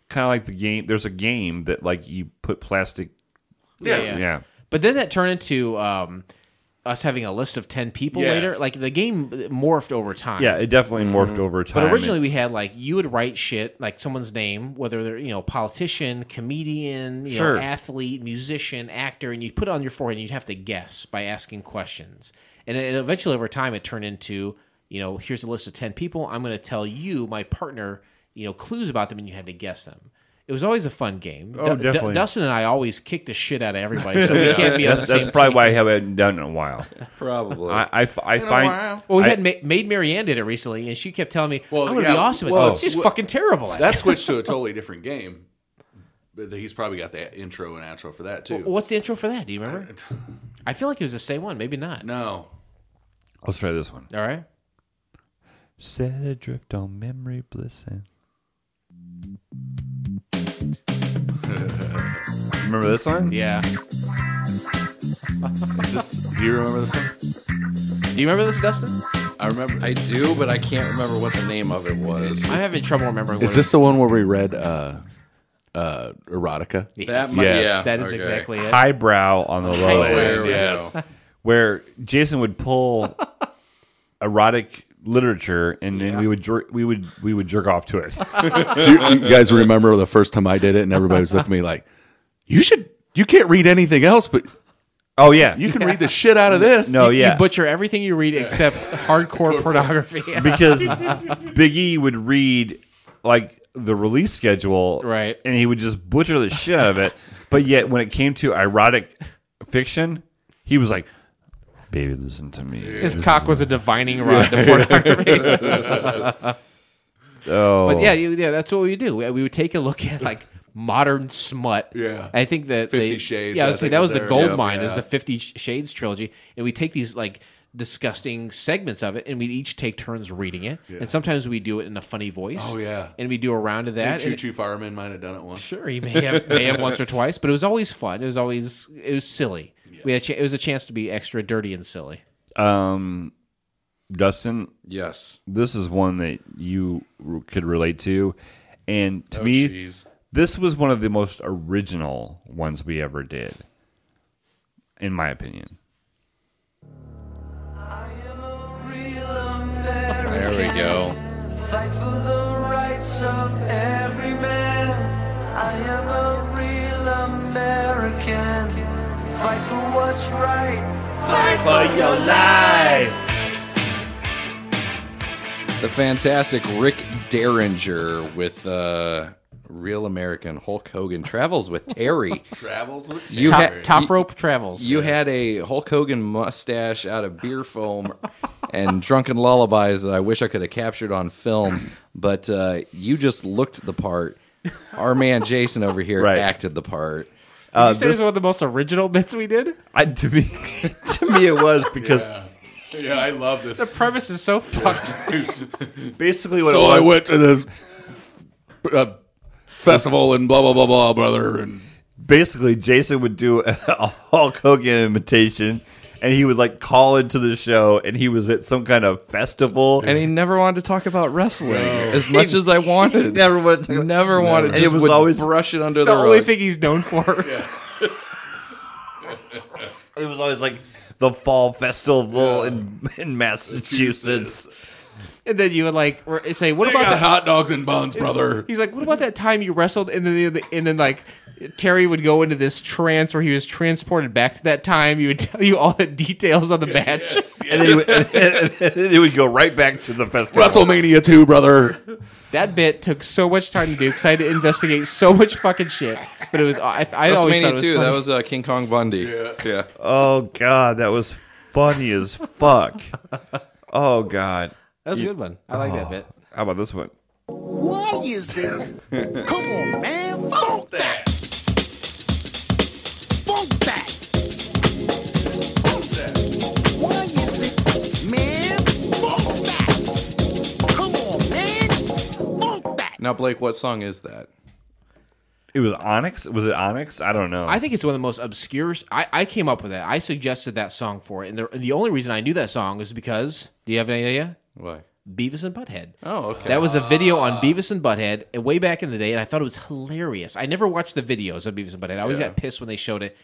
Speaker 2: Kind of like the game. There's a game that like you put plastic.
Speaker 5: yeah,
Speaker 2: Yeah.
Speaker 5: yeah. But then that turned into um, us having a list of ten people
Speaker 4: Yes.
Speaker 5: later. Like the game morphed over time.
Speaker 2: Yeah, it definitely
Speaker 3: Mm-hmm.
Speaker 2: morphed over time.
Speaker 5: But originally we had like you would write shit like someone's name, whether they're you know politician, comedian, you
Speaker 2: Sure.
Speaker 5: know, athlete, musician, actor, and you put it on your forehead and you'd have to guess by asking questions. And it, eventually over time it turned into you know here's a list of ten people. I'm going to tell you my partner you know clues about them and you had to guess them. It was always a fun game.
Speaker 2: Oh, definitely.
Speaker 5: Dustin and I always kicked the shit out of everybody, so we can't be on the
Speaker 2: that's,
Speaker 5: same
Speaker 2: that's probably
Speaker 5: team.
Speaker 2: why I haven't done it in a while.
Speaker 3: Probably.
Speaker 2: I, I f- I find
Speaker 5: Well, we
Speaker 2: I-
Speaker 5: had Ma- Maid Marianne did it recently, and she kept telling me,
Speaker 4: Well,
Speaker 5: "I'm going to
Speaker 4: yeah,
Speaker 5: be awesome at
Speaker 4: well,
Speaker 5: this." She's
Speaker 4: it's-
Speaker 5: fucking terrible at
Speaker 4: That switched to a totally different game. But he's probably got the intro and outro for that too.
Speaker 5: Well, What's the intro for that? Do you remember? I feel like it was the same one. Maybe not.
Speaker 4: No.
Speaker 2: Let's try this one.
Speaker 5: All right.
Speaker 2: Set adrift on memory blissing. Remember this one?
Speaker 5: Yeah.
Speaker 4: Is this, do you remember this one?
Speaker 5: Do you remember this, Dustin?
Speaker 3: I remember. I do, but I can't remember what the name of it was.
Speaker 5: I'm having trouble remembering.
Speaker 4: Is
Speaker 5: what it-
Speaker 4: this the one where we read uh, uh, erotica?
Speaker 3: That
Speaker 5: Yes.
Speaker 3: might-
Speaker 4: Yes.
Speaker 3: yeah,
Speaker 5: that is
Speaker 3: okay.
Speaker 5: exactly it.
Speaker 2: Highbrow on the low
Speaker 3: There
Speaker 2: end.
Speaker 3: we
Speaker 4: Yes.
Speaker 3: go.
Speaker 2: Where Jason would pull erotic literature and then we would jerk, we would we would jerk off to it.
Speaker 4: Do you, you guys remember the first time I did it, and everybody was looking at me like, "You should. You can't read anything else, but
Speaker 2: oh yeah.
Speaker 4: you can read the shit out of this."
Speaker 2: no,
Speaker 5: You-
Speaker 2: yeah.
Speaker 5: You butcher everything you read except hardcore pornography.
Speaker 2: because Biggie would read like the release schedule,
Speaker 5: Right.
Speaker 2: And he would just butcher the shit out of it. But yet, when it came to erotic fiction, he was like, "Baby, listen to me."
Speaker 5: His cock was a divining rod to pornography.
Speaker 2: oh,
Speaker 5: but yeah, you, yeah, that's what we do. We, we would take a look at like modern smut.
Speaker 4: Yeah.
Speaker 5: I think that
Speaker 4: 50
Speaker 5: they-
Speaker 4: Shades,
Speaker 5: Yeah, I
Speaker 4: I
Speaker 5: was saying
Speaker 4: think
Speaker 5: that
Speaker 4: was
Speaker 5: was the
Speaker 4: there.
Speaker 5: gold
Speaker 4: Yep,
Speaker 5: mine is
Speaker 4: yeah.
Speaker 5: the Fifty Sh- Shades trilogy, and we take these like disgusting segments of it, and we would each take turns reading it, and sometimes we do it in a funny voice.
Speaker 4: Oh, yeah.
Speaker 5: and we do a round of that.
Speaker 4: Choo
Speaker 5: and-
Speaker 4: Choo Fireman might have done it once.
Speaker 5: Sure, he may have, may have once or twice, but it was always fun. It was always it was silly. We had a cha- it was a chance to be extra dirty and silly.
Speaker 2: um, Dustin,
Speaker 3: Yes.
Speaker 2: this is one that you r- could relate to, and to me,
Speaker 4: Oh, jeez.
Speaker 2: this was one of the most original ones we ever did, in my opinion.
Speaker 3: There we go. The fantastic Rick Derringer with uh, Real American Hulk Hogan travels with Terry.
Speaker 4: Travels with
Speaker 3: You
Speaker 5: Top,
Speaker 3: ha-
Speaker 5: top
Speaker 3: you-
Speaker 5: rope travels.
Speaker 3: You had a Hulk Hogan mustache out of beer foam and drunken lullabies that I wish I could have captured on film, but uh, you just looked the part. Our man Jason over here
Speaker 2: Right.
Speaker 3: acted the part.
Speaker 5: uh, this, is one of the most original bits we did.
Speaker 2: I, to me, to me, it was because
Speaker 4: Yeah, I love this.
Speaker 5: The premise is so fucked.
Speaker 2: basically what
Speaker 4: So
Speaker 2: it was,
Speaker 4: I went to this uh, festival and blah blah blah blah, brother, and
Speaker 2: basically Jason would do a Hulk Hogan imitation, and he would like call into the show, and he was at some kind of festival,
Speaker 3: and he never wanted to talk about wrestling as much as I wanted.
Speaker 2: Never wanted. To
Speaker 3: never wanted.
Speaker 2: And it
Speaker 3: just
Speaker 2: was
Speaker 3: would
Speaker 2: always-
Speaker 3: brush it under
Speaker 5: It's
Speaker 3: the,
Speaker 5: the only
Speaker 3: rug.
Speaker 5: thing he's known for.
Speaker 2: It was always like the fall festival in in Massachusetts.
Speaker 5: And then you would like re- say, "What about the
Speaker 4: hot dogs and buns, brother?
Speaker 5: He's like, "What about that time you wrestled?" And then and then like Terry would go into this trance where he was transported back to that time. He would tell you all the details on the match.
Speaker 2: And then, he would, and then he would go right back to the festival.
Speaker 4: WrestleMania two, brother.
Speaker 5: That bit took so much time to do because I had to investigate so much fucking shit. But it was I, I always thought
Speaker 3: WrestleMania
Speaker 5: it was
Speaker 3: two.
Speaker 5: funny.
Speaker 3: That was uh, King Kong Bundy. Yeah.
Speaker 2: Oh god, that was funny as fuck. Oh god,
Speaker 5: That was a good one. I like that bit.
Speaker 2: How about this one?
Speaker 12: Why is it? Come on, man. Funk that. Funk that. Funk that. Why is it, man? Funk that. Come on, man. Funk that.
Speaker 3: Now, Blake, what song is that?
Speaker 2: It was Onyx. Was it Onyx? I don't know.
Speaker 5: I think it's one of the most obscure. s- I, I came up with that. I suggested that song for it, and the, the only reason I knew that song is because. Do you have any idea?
Speaker 3: Why?
Speaker 5: Beavis and Butthead.
Speaker 3: Oh, okay.
Speaker 5: That was a video on Beavis and Butthead uh, way back in the day, and I thought it was hilarious. I never watched the videos of Beavis and Butthead. I always got pissed when they showed it.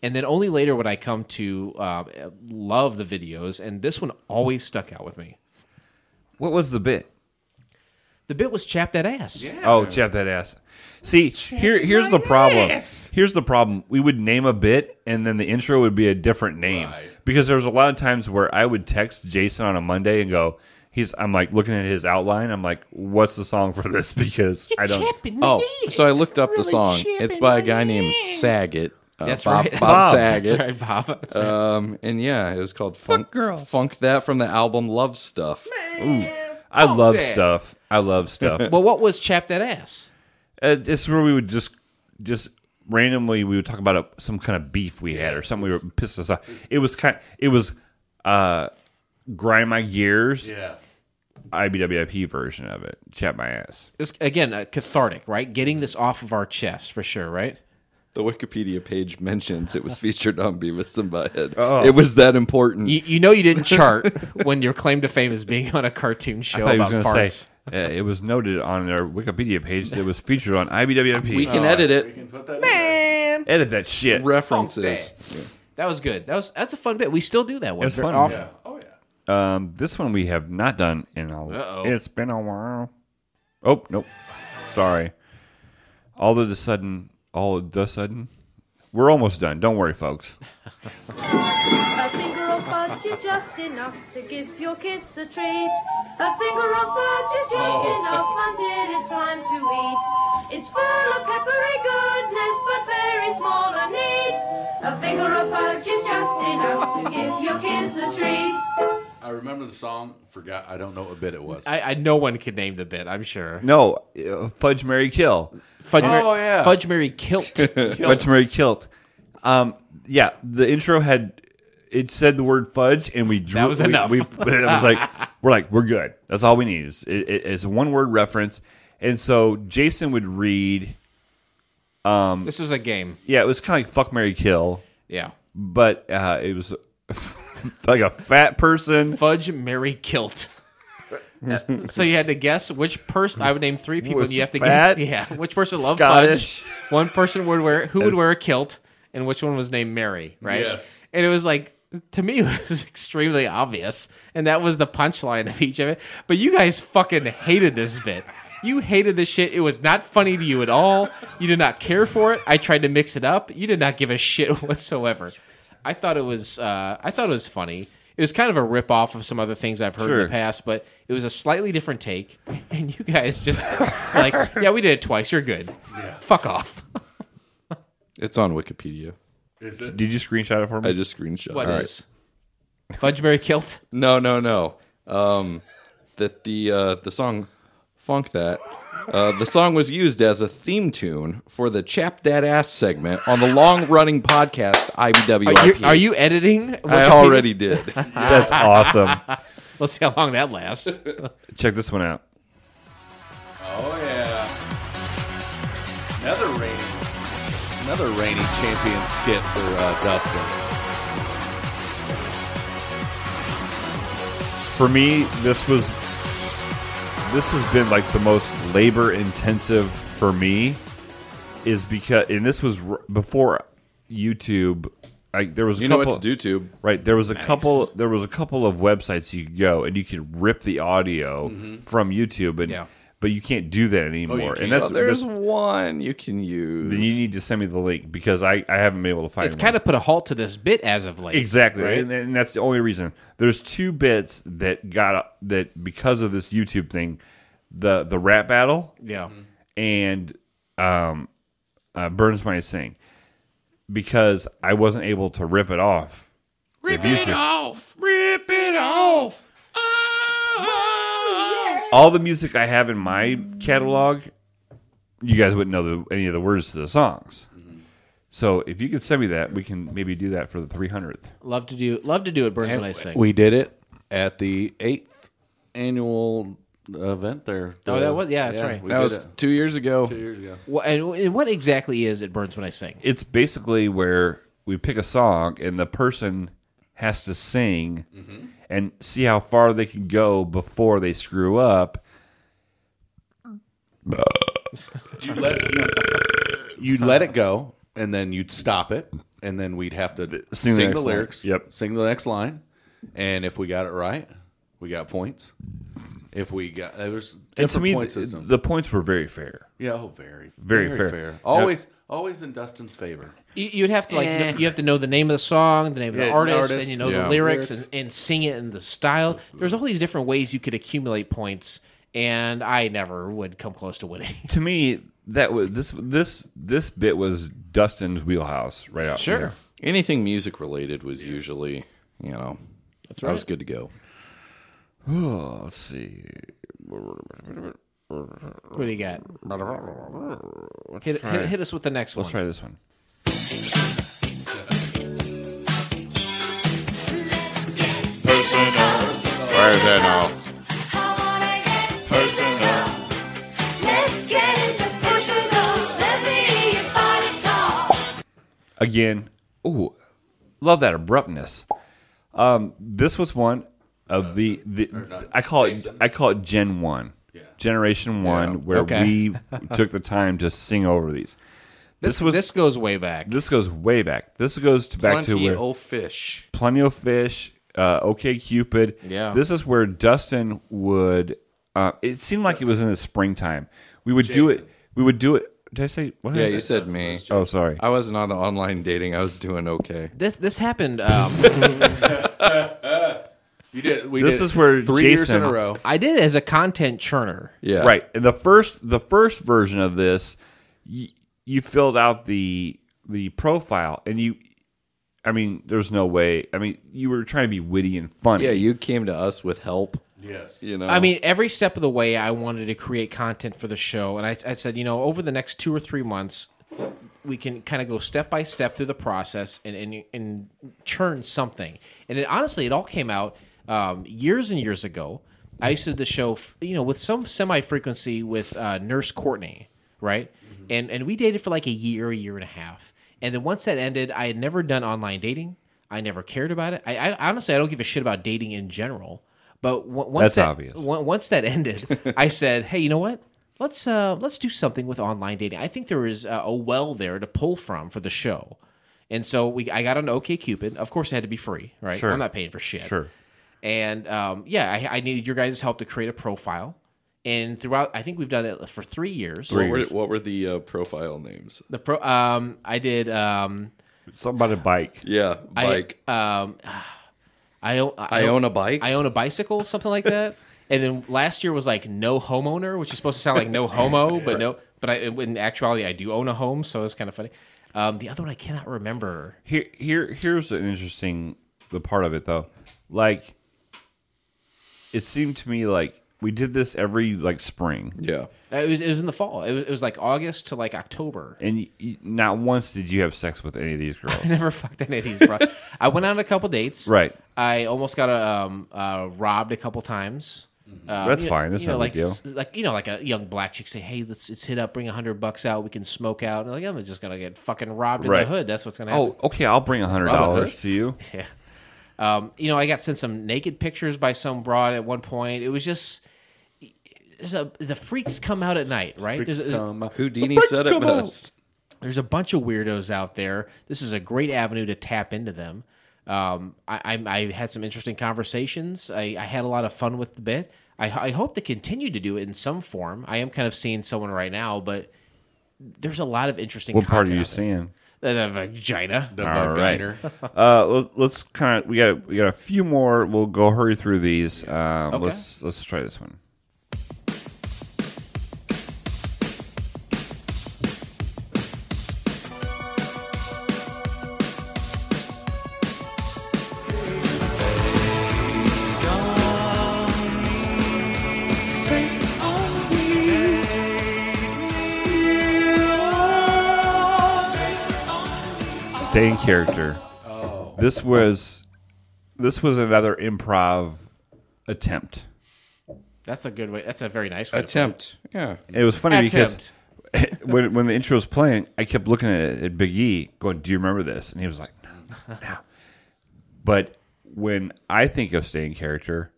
Speaker 5: And then only later would I come to um, love the videos, and this one always stuck out with me.
Speaker 2: What was the bit?
Speaker 5: The bit was Chap That Ass. Yeah.
Speaker 2: Oh, chap that ass. See, here here's the problem. Here's the problem. We would name a bit and then the intro would be a different name. Because there was a lot of times where I would text Jason on a Monday and go, he's I'm like looking at his outline, I'm like, what's the song for this? Because I don't
Speaker 3: Oh, so I looked up the song. It's by a guy named Saget. Uh,
Speaker 5: That's
Speaker 3: Bob,
Speaker 5: right.
Speaker 3: Bob,
Speaker 2: Bob.
Speaker 3: Saget.
Speaker 5: That's right, Bob. That's right.
Speaker 3: Um, and yeah, it was called Funk Girls. Funk that from the album Love Stuff.
Speaker 2: I love
Speaker 3: damn.
Speaker 2: stuff. I love stuff. Uh,
Speaker 5: well, what was Chap That Ass?
Speaker 2: it's Uh, where we would just just randomly we would talk about a, some kind of beef we had or something we were pissed us off. It was kind it was uh grind my gears. Yeah. IBWIP version of it. Chap my ass.
Speaker 5: It's again uh, cathartic, right? Getting this off of our chest for sure, right?
Speaker 3: The Wikipedia page mentions it was featured on Beavis and Butthead. It was that important.
Speaker 5: Oh. You, you know you didn't chart when your claim to fame is being on a cartoon show
Speaker 2: I
Speaker 5: about
Speaker 2: thought he was gonna
Speaker 5: farts.
Speaker 2: say, uh, it was noted on their Wikipedia page that it was featured on IBWP.
Speaker 3: we can edit it.
Speaker 2: edit that shit.
Speaker 3: References.
Speaker 5: That was good. That was that's a fun bit. We still do that one.
Speaker 2: It's
Speaker 5: very
Speaker 2: fun.
Speaker 5: often.
Speaker 2: Um, this one we have not done in a. It's been a while. Oh nope, sorry. All of the sudden, all of the sudden, we're almost done. Don't worry, folks.
Speaker 9: A finger of fudge is just enough to give your kids a treat. A finger of fudge is just enough until it's time to eat. It's full of peppery goodness, but very small and neat. A finger of fudge is just enough to give your kids a treat.
Speaker 4: I remember the song. Forgot. I don't know what bit it was.
Speaker 5: I, I no one could name the bit. I'm sure.
Speaker 2: No, uh, fudge, Mary, kill.
Speaker 5: Fudge, Mary,
Speaker 4: yeah.
Speaker 5: Fudge Mary Kilt.
Speaker 2: Fudge, Mary, kilt. Um, yeah, the intro had it said the word fudge, and we drew,
Speaker 5: That was
Speaker 2: we-
Speaker 5: enough.
Speaker 2: We, it was like we're like we're good. That's all we need. Is it, it- it's a one word reference, and so Jason would read.
Speaker 5: this was a game.
Speaker 2: Yeah, it was kind of like fuck, Mary, kill,
Speaker 5: Yeah.
Speaker 2: but uh, it was like a fat person.
Speaker 5: Fudge Mary Kilt. so you had to guess which person. I would name three people. and
Speaker 2: Was
Speaker 5: You have to
Speaker 2: fat,
Speaker 5: guess. Yeah, which person loved
Speaker 2: Scottish.
Speaker 5: fudge. One person would wear who would wear a kilt, and which one was named Mary. Right.
Speaker 4: Yes.
Speaker 5: And it was like to me it was extremely obvious, and that was the punchline of each of it. But you guys fucking hated this bit. You hated this shit. It was not funny to you at all. You did not care for it. I tried to mix it up. You did not give a shit whatsoever. I thought it was uh, I thought it was funny. It was kind of a rip off of some other things I've heard in
Speaker 2: Sure.
Speaker 5: the past, but it was a slightly different take. And you guys just like, yeah, we did it twice. You're good. Fuck off.
Speaker 3: It's on Wikipedia.
Speaker 2: Did you screenshot it for me?
Speaker 3: I just screenshot.
Speaker 5: What
Speaker 3: All right.
Speaker 5: is Fudge Mary Kilt?
Speaker 3: No, no, no. Um, that the uh, the song "Funk That" uh, the song was used as a theme tune for the "Chap That Ass" segment on the long-running podcast IBWIP.
Speaker 5: Are you, are you editing?
Speaker 3: I
Speaker 5: Wikipedia?
Speaker 3: already did.
Speaker 2: That's awesome.
Speaker 5: Let's see how long that lasts.
Speaker 2: Check this one out.
Speaker 4: oh yeah. Another rating. Another reigning champion skit for uh, Dustin.
Speaker 2: For me, this was this has been like the most labor intensive for me is because and this was r- before YouTube. Like there was a
Speaker 3: You know
Speaker 2: couple
Speaker 3: it's YouTube.
Speaker 2: right? There was a couple there was a couple of websites you could go and you could rip the audio from YouTube and
Speaker 5: Yeah.
Speaker 2: but you can't do that anymore. and that's
Speaker 3: Oh, there's
Speaker 2: that's-
Speaker 3: one you can use.
Speaker 2: then you need to send me the link because I, I haven't been able to find
Speaker 5: It's
Speaker 2: one.
Speaker 5: kind of put a halt to this bit as of late.
Speaker 2: Exactly,
Speaker 5: right?
Speaker 2: and, and that's the only reason. There's two bits that got that because of this YouTube thing, the the rap battle
Speaker 5: Yeah.
Speaker 2: and um, uh, Burns might sing because I wasn't able to rip it off. Rip it
Speaker 5: off. Rip it off. Ah!
Speaker 2: All the music I have in my catalog, you guys wouldn't know the, any of the words to the songs.
Speaker 5: Mm-hmm.
Speaker 2: So if you could send me that, we can maybe do that for the 300th.
Speaker 5: Love to do love to do it, Burns when I sing.
Speaker 4: We did it at the eighth annual event there.
Speaker 5: Oh, that was- yeah, that's right.
Speaker 4: we
Speaker 3: That
Speaker 4: did
Speaker 3: was
Speaker 4: it
Speaker 3: two years ago.
Speaker 4: two years ago.
Speaker 5: Wha- and, and what exactly is it burns when I sing?
Speaker 2: it's basically where we pick a song and the person has to sing and see how far they can go before they screw up.
Speaker 4: You let you let it go, and then you'd stop it, and then we'd have to
Speaker 2: Sing
Speaker 4: sing,
Speaker 2: the
Speaker 4: the,
Speaker 2: next line.
Speaker 4: lyrics.
Speaker 2: Yep.
Speaker 4: Sing the next line, and if we got it right, we got points. If we got there was different
Speaker 2: And to me,
Speaker 4: point
Speaker 2: th-
Speaker 4: system.
Speaker 2: the points were very fair.
Speaker 4: yeah, oh, very,
Speaker 2: Very fair.
Speaker 4: Always, always in Dustin's favor.
Speaker 5: You, you'd have to like kn- you have to know the name of the song, the name of the artist,
Speaker 4: artist,
Speaker 5: and you know
Speaker 3: yeah.
Speaker 5: the lyrics,
Speaker 4: Lyrics.
Speaker 5: And, and sing it in the style. There's all these different ways you could accumulate points, and I never would come close to winning.
Speaker 2: To me, that was this this this bit was Dustin's wheelhouse right out there.
Speaker 3: Anything music related was usually, you know, that's right. I was good to go.
Speaker 2: Let's see.
Speaker 5: What do you got? Hit, hit, hit us with the next
Speaker 2: Let's
Speaker 5: one.
Speaker 2: try this one.
Speaker 12: Let's get into personals. Let me hear your body talk.
Speaker 2: again. Ooh, love that abruptness. Um, this was one of the, the I call it I call it Gen One, Generation One, where
Speaker 5: Okay.
Speaker 2: we took the time to sing over these. This, was
Speaker 5: this
Speaker 2: this,
Speaker 5: goes way back.
Speaker 2: goes way back. This goes to back to
Speaker 3: Plenty
Speaker 2: where
Speaker 3: o' fish.
Speaker 2: Plenty of Fish, uh, OK Cupid.
Speaker 5: Yeah.
Speaker 2: this is where Dustin would. Uh, it seemed like it was in the springtime. We would do it. We would do it. Did I say? What did
Speaker 3: Yeah,
Speaker 2: I say?
Speaker 3: you said me.
Speaker 2: Oh, sorry.
Speaker 3: I wasn't on the online dating. I was doing okay.
Speaker 5: This this happened. Um,
Speaker 4: You did. We
Speaker 2: This
Speaker 4: did
Speaker 2: is where
Speaker 4: three years in
Speaker 2: Jason-
Speaker 4: a row.
Speaker 5: I did it as a content churner.
Speaker 3: Yeah.
Speaker 2: Right. And the first the first version of this, you, you filled out the the profile, and you, I mean, there's no way. I mean, you were trying to be witty and funny.
Speaker 3: Yeah, you came to us with help.
Speaker 4: Yes.
Speaker 3: You know.
Speaker 5: I mean, every step of the way, I wanted to create content for the show, and I, I said, you know, over the next two or three months, we can kind of go step by step through the process and and, and churn something. And it, honestly, it all came out um, years and years ago. I used to do the show, f- you know, with some semi frequency with uh, Nurse Courtney, right?
Speaker 2: Mm-hmm.
Speaker 5: And and we dated for like a year, a year and a half. And then once that ended, I had never done online dating. I never cared about it. I, I honestly, I don't give a shit about dating in general. But w-
Speaker 2: That's
Speaker 5: once that,
Speaker 2: obvious.
Speaker 5: on- once that ended, I said, "Hey, you know what? Let's uh, let's do something with online dating. I think there is uh, a well there to pull from for the show." And so we, I got on OK Cupid. Of course, it had to be free, right?
Speaker 2: Sure.
Speaker 5: I'm not paying for shit.
Speaker 2: Sure.
Speaker 5: And um, yeah, I, I needed your guys' help to create a profile. And throughout, I think we've done it for three years.
Speaker 3: what were, what were the uh, profile names?
Speaker 5: The pro, um, I did. Um,
Speaker 2: Something about a bike.
Speaker 3: Yeah, bike.
Speaker 5: I, um, I, own-
Speaker 3: I
Speaker 5: I,
Speaker 3: own a bike.
Speaker 5: I own a bicycle, something like that. and then last year was like no homeowner, which is supposed to sound like no homo, but no, but I, in actuality, I do own a home, so it's kind of funny. Um, the other one I cannot remember.
Speaker 2: Here, here, here's an interesting the part of it though. Like, it seemed to me like we did this every like spring,
Speaker 3: yeah.
Speaker 5: Uh, It was, it was in the fall. It was, it was like August to like October.
Speaker 2: and y y- not once did you have sex with any of these girls.
Speaker 5: I never fucked any of these, bro. I went on a couple dates.
Speaker 2: Right.
Speaker 5: I almost got um, uh, robbed a couple times. Uh,
Speaker 2: Mm-hmm. That's
Speaker 5: you-
Speaker 2: fine. That's
Speaker 5: you know,
Speaker 2: no
Speaker 5: like,
Speaker 2: big deal.
Speaker 5: s- Like you know, like a young black chick say, "Hey, let's let's hit up, bring a hundred bucks out, we can smoke out." And like I'm just gonna get fucking robbed
Speaker 2: Right.
Speaker 5: in the hood. That's what's gonna happen.
Speaker 2: Oh, okay. I'll bring a hundred dollars to you.
Speaker 5: Yeah. Um, you know, I got sent some naked pictures by some broad at one point. It was just there's a, the freaks come out at night, right?
Speaker 3: Freaks
Speaker 5: there's, there's-
Speaker 3: come out. Houdini The freaks said it come out. best.
Speaker 5: There's a bunch of weirdos out there. This is a great avenue to tap into them. Um, I, I, I had some interesting conversations. I, I had a lot of fun with the bit. I, I hope to continue to do it in some form. I am kind of seeing someone right now, but there's a lot of interesting.
Speaker 2: What part are
Speaker 5: content
Speaker 2: you
Speaker 5: out there.
Speaker 2: seeing?
Speaker 5: The, the vagina.
Speaker 2: All right. uh, let- let's kind of we got we got a few more. We'll go hurry through these. Um,
Speaker 5: Okay.
Speaker 2: Let's let's try this one. Stay in character. This was this was another improv attempt.
Speaker 5: That's a good way. That's a very nice way to put it.
Speaker 3: Yeah.
Speaker 2: It was funny because when when the intro was playing, I kept looking at, at Big E going, "Do you remember this?" And he was like, "No, no." But when I think of staying character,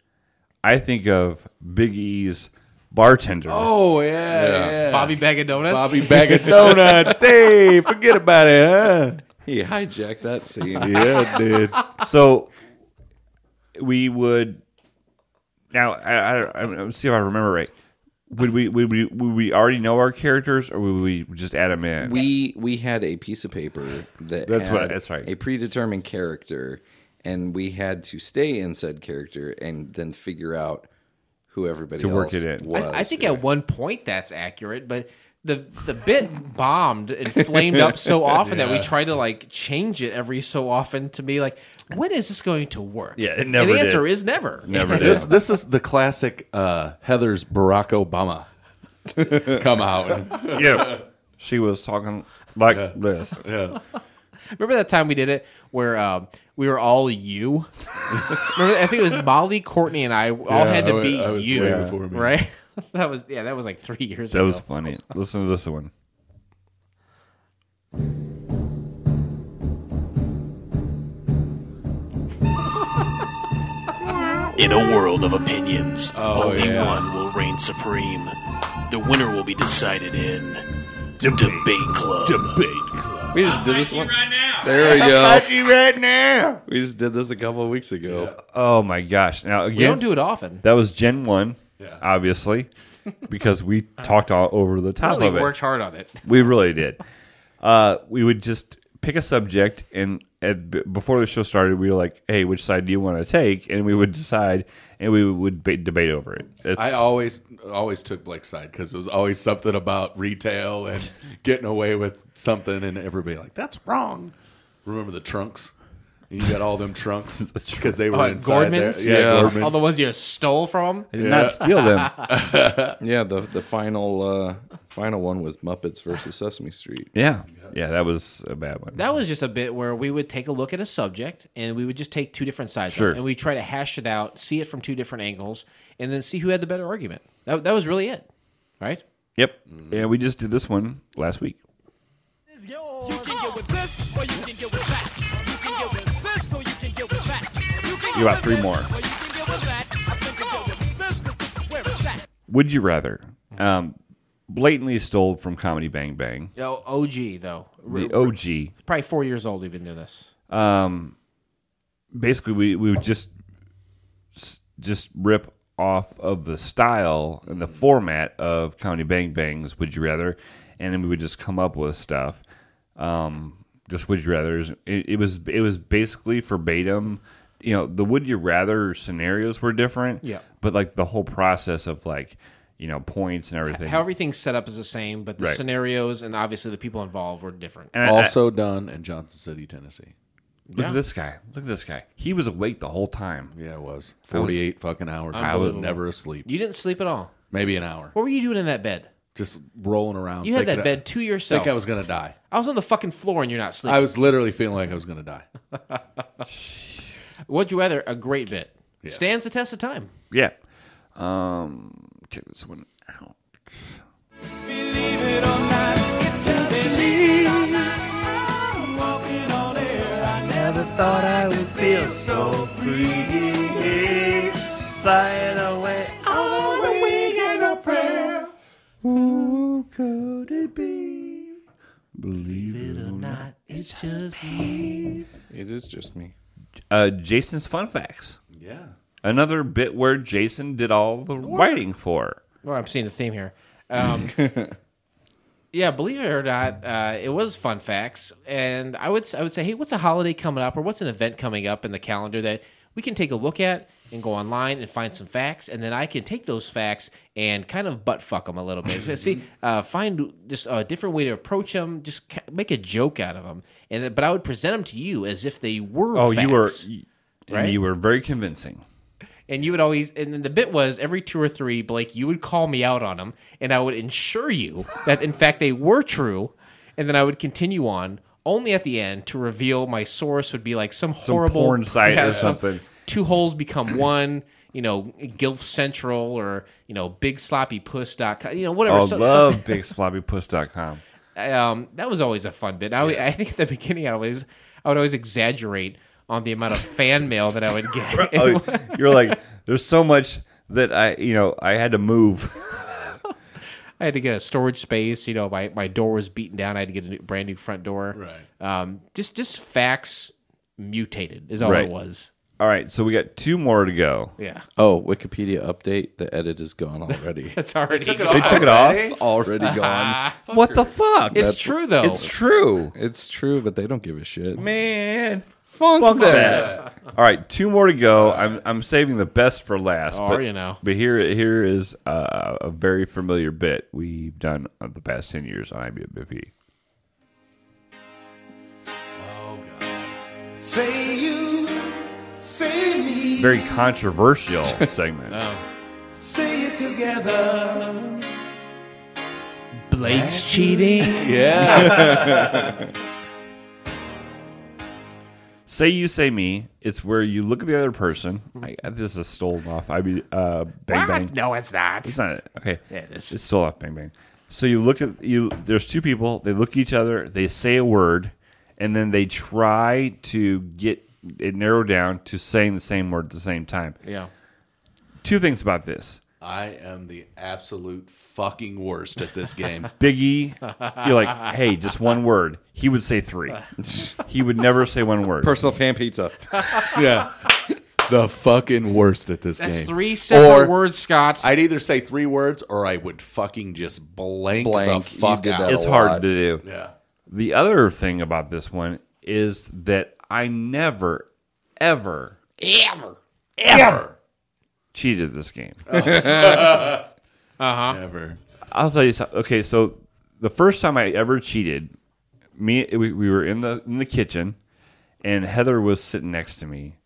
Speaker 2: I think of Big E's bartender.
Speaker 4: Oh yeah,
Speaker 5: Bobby Bag of Donuts.
Speaker 4: Bobby Bag of Donuts. hey, forget about it. Huh?
Speaker 3: He hijacked that scene.
Speaker 4: Yeah, dude.
Speaker 2: so we would now. I, I, I let's see if I remember right. Would we would we would we already know our characters, or would we just add them in?
Speaker 3: We we had a piece of paper that
Speaker 2: That's what-
Speaker 3: had
Speaker 2: that's right.
Speaker 3: A predetermined character, and we had to stay in said character and then figure out who everybody
Speaker 2: To work
Speaker 3: else
Speaker 2: it in.
Speaker 3: Was.
Speaker 5: I, I think at one point that's accurate, but the the bit bombed and flamed up so often that we tried to like change it every so often to be like, when is this going to work?
Speaker 2: Yeah, it
Speaker 5: And
Speaker 2: never
Speaker 5: the
Speaker 2: did.
Speaker 5: answer is never.
Speaker 2: Never did.
Speaker 4: This this is the classic uh, Heather's Barack Obama come out.
Speaker 2: yeah, she was talking like this.
Speaker 4: Yeah.
Speaker 5: Remember that time we did it where um, we were all you? Remember, I think it was Molly, Courtney, and I all
Speaker 4: Yeah,
Speaker 5: had
Speaker 4: I
Speaker 5: to
Speaker 4: wa-
Speaker 5: be
Speaker 4: I was
Speaker 5: you,
Speaker 4: way before me.
Speaker 5: right? that was yeah, that was like three years
Speaker 2: That
Speaker 5: ago.
Speaker 2: was funny. Listen to this one.
Speaker 7: In a world of opinions,
Speaker 4: Oh,
Speaker 7: only
Speaker 4: yeah.
Speaker 7: one will reign supreme. The winner will be decided in debate, club.
Speaker 3: we just did this one. There we go.
Speaker 2: right now.
Speaker 3: we just did this a couple of weeks ago.
Speaker 2: Oh my gosh! Now again,
Speaker 5: we don't do it often.
Speaker 2: that was Gen One, obviously, because we talked all over the top
Speaker 5: Really
Speaker 2: of it.
Speaker 5: worked hard on it.
Speaker 2: We really did. Uh, we would just pick a subject, and at, b- before the show started, we were like, "Hey, which side do you want to take?" And we would decide, and we would ba- debate over it. It's,
Speaker 4: I always always took Blake's side because it was always something about retail and getting away with something, and everybody like that's wrong. Remember the trunks? You got all them trunks because they were
Speaker 5: Uh,
Speaker 4: inside
Speaker 5: Gordmans?
Speaker 4: there. Yeah,
Speaker 3: Yeah.
Speaker 4: Gordmans.
Speaker 5: All the ones you stole from them.
Speaker 2: I did not steal them.
Speaker 3: Yeah. The the final uh, final one was Muppets versus Sesame Street.
Speaker 2: yeah, yeah, that was a bad one.
Speaker 5: That was just a bit where we would take a look at a subject and we would just take two different sides of it,
Speaker 2: Sure.
Speaker 5: and we try to hash it out, see it from two different angles, and then see who had the better argument. That, that was really it, right?
Speaker 2: yep, and we just did this one last week.
Speaker 12: You can get with this, or you can get with that. You can get with this, or you can get with that. You can
Speaker 2: You got three more.
Speaker 12: or you can get with that. I think you get with this, 'cause this is where it's at.
Speaker 2: Would you rather? Um, blatantly stole from Comedy Bang Bang,
Speaker 5: Oh, OG, though.
Speaker 2: the OG.
Speaker 5: It's probably four years old we've been doing this.
Speaker 2: basically we we would just s- just rip off of the style and the format of comedy bang bangs would you rather and then we would just come up with stuff um just would you rather's it, it was it was basically verbatim you know the would you rather scenarios were different
Speaker 5: Yeah.
Speaker 2: but like the whole process of like you know points and everything
Speaker 5: How everything's set up is the same, but the
Speaker 2: Right.
Speaker 5: scenarios and obviously the people involved were different.
Speaker 2: and I- I-
Speaker 4: also done in Johnson City, Tennessee.
Speaker 2: look at this guy look at this guy he was awake the whole time
Speaker 4: Yeah, it was forty-eight fucking hours. I was never asleep.
Speaker 5: You didn't sleep at all.
Speaker 4: Maybe an hour,
Speaker 5: What were you doing in that bed?
Speaker 4: just rolling around.
Speaker 5: You had
Speaker 4: thinking
Speaker 5: that
Speaker 4: I-
Speaker 5: bed to yourself.
Speaker 4: Think I was gonna die.
Speaker 5: I was on the fucking floor and you're not
Speaker 4: I
Speaker 5: sleeping.
Speaker 4: was literally feeling like I was gonna die.
Speaker 5: Would you rather? A great bit.
Speaker 4: Yes.
Speaker 5: Stands the test of time.
Speaker 2: yeah Um, check this one out.
Speaker 12: Never thought I would feel so free. Flying away all the way in a prayer. Who could it be?
Speaker 2: Believe it or not,
Speaker 12: It's just me.
Speaker 13: It is just me.
Speaker 2: uh, Jason's fun facts.
Speaker 13: Yeah.
Speaker 2: Another bit where Jason did all the writing for.
Speaker 5: Well, I'm seeing a theme here. Um, yeah, believe it or not, uh, it was fun facts, and I would s- I would say, hey, what's a holiday coming up, or what's an event coming up in the calendar that we can take a look at and go online and find some facts, and then I can take those facts and kind of butt fuck them a little bit. See, uh, find just a different way to approach them, just ca- make a joke out of them, and then- but I would present them to you as if they were.
Speaker 2: Oh, you were,
Speaker 5: facts.
Speaker 2: and
Speaker 5: Right?
Speaker 2: you were very convincing.
Speaker 5: And you would always, and then the bit was every two or three, Blake, you would call me out on them, and I would ensure you that in fact they were true, and then I would continue on. Only at the end to reveal my source would be like some
Speaker 2: Some
Speaker 5: horrible
Speaker 2: porn site or
Speaker 5: some-
Speaker 2: something.
Speaker 5: Two holes become one. You know, Gilf Central or you know, BigSloppyPuss.com. You know, whatever.
Speaker 2: I
Speaker 5: So- so-
Speaker 2: love bigsloppypuss.com.
Speaker 5: um, that was always a fun bit. I, I think at the beginning I always I would always exaggerate on the amount of fan mail that I would get.
Speaker 2: oh, you're like, there's so much that I, you know, I had to move.
Speaker 5: I had to get a storage space. You know, my, my door was beaten down. I had to get a new, brand new front door.
Speaker 4: Uh,
Speaker 5: Right. Um, just just facts mutated is all
Speaker 2: Right.
Speaker 5: it was.
Speaker 2: All right, so we got two more to go.
Speaker 5: Yeah.
Speaker 3: Oh, Wikipedia update. The edit is gone already.
Speaker 5: That's already.
Speaker 2: took it They off took it off? already?
Speaker 3: It's already gone.
Speaker 2: What the fuck?
Speaker 5: It's true, though.
Speaker 2: It's true.
Speaker 3: It's true, but they don't give a shit.
Speaker 2: Man,
Speaker 5: funk,
Speaker 2: that. All right, two more to go. I'm I'm saving the best for last.
Speaker 5: Oh,
Speaker 2: but,
Speaker 5: you know.
Speaker 2: But here here is uh, a very familiar bit we've done of the past ten years on IBFP.
Speaker 12: Say you, say me.
Speaker 2: Very controversial segment.
Speaker 12: Say it together.
Speaker 5: Blake's cheating.
Speaker 2: Yeah. Say you say me. It's where you look at the other person. I, I- this is stolen off. I be uh, bang bang.
Speaker 5: No, it's not.
Speaker 2: It's not okay.
Speaker 5: Yeah, it is.
Speaker 2: It's still off bang bang. So you look at you. There's two people. They look at each other. They say a word, and then they try to get it narrowed down to saying the same word at the same time.
Speaker 5: Yeah.
Speaker 2: Two things about this.
Speaker 4: I am the absolute fucking worst at this game.
Speaker 2: Biggie, you're like, hey, just one word. He would say three. He would never say one word.
Speaker 3: Personal pan pizza.
Speaker 4: yeah. The fucking worst at this
Speaker 5: That's
Speaker 4: game.
Speaker 5: three separate words, Scott.
Speaker 4: I'd either say three words or I would fucking just blank,
Speaker 3: Blank.
Speaker 4: the
Speaker 3: You
Speaker 4: fuck
Speaker 3: did
Speaker 4: out.
Speaker 3: that
Speaker 2: it's
Speaker 3: a
Speaker 2: hard
Speaker 3: lot.
Speaker 2: to do.
Speaker 4: Yeah.
Speaker 2: The other thing about this one is that I never, ever,
Speaker 5: Ever.
Speaker 2: ever cheated this game.
Speaker 5: Uh huh.
Speaker 4: Ever.
Speaker 2: I'll tell you something. Okay, so the first time I ever cheated, me we, we were in the in the kitchen, and Heather was sitting next to me,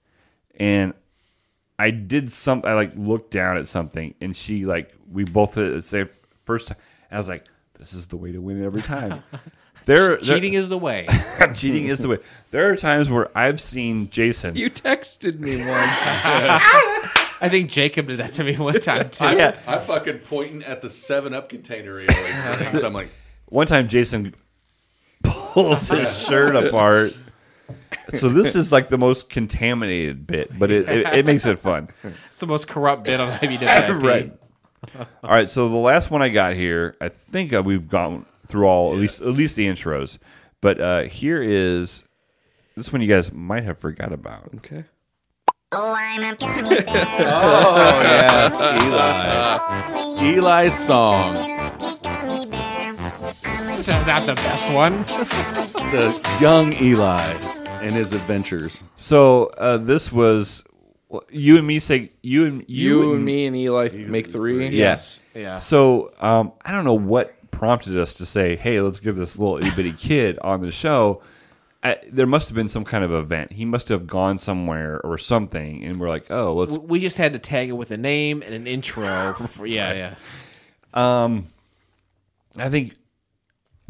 Speaker 2: and I did some. I like looked down at something, and she like we both did it the same first time. And I was like, "This is the way to win every time." There,
Speaker 5: Cheating is the way.
Speaker 2: there, cheating is the way. There are times where I've seen Jason.
Speaker 3: You texted me once.
Speaker 5: I think Jacob did that to me one time too.
Speaker 4: I'm fucking pointing at the 7 Up container he always brings. I'm like,
Speaker 2: one time Jason pulls his shirt apart. So this is like the most contaminated bit, but it, it, it makes it fun.
Speaker 5: It's the most corrupt bit on IBWIP.
Speaker 2: Right. All right, so the last one I got here, I think uh, we've gone through all at least at least the intros, but uh, here is this one you guys might have forgot about.
Speaker 3: okay.
Speaker 12: Oh, I'm a gummy bear.
Speaker 4: oh, yes, Eli's. Eli's song.
Speaker 5: Which is not the best one.
Speaker 4: The young Eli and his adventures.
Speaker 2: So uh, this was well, you and me say you and
Speaker 3: You, and me and Eli make three.
Speaker 2: Yes.
Speaker 5: Yeah.
Speaker 2: So um, I don't know what prompted us to say, "Hey, let's give this little itty bitty kid on the show." I, there must have been some kind of event. He must have gone somewhere or something, and we're like, "Oh, let's."
Speaker 5: We just had to tag it with a name and an intro. For, yeah, yeah.
Speaker 2: I think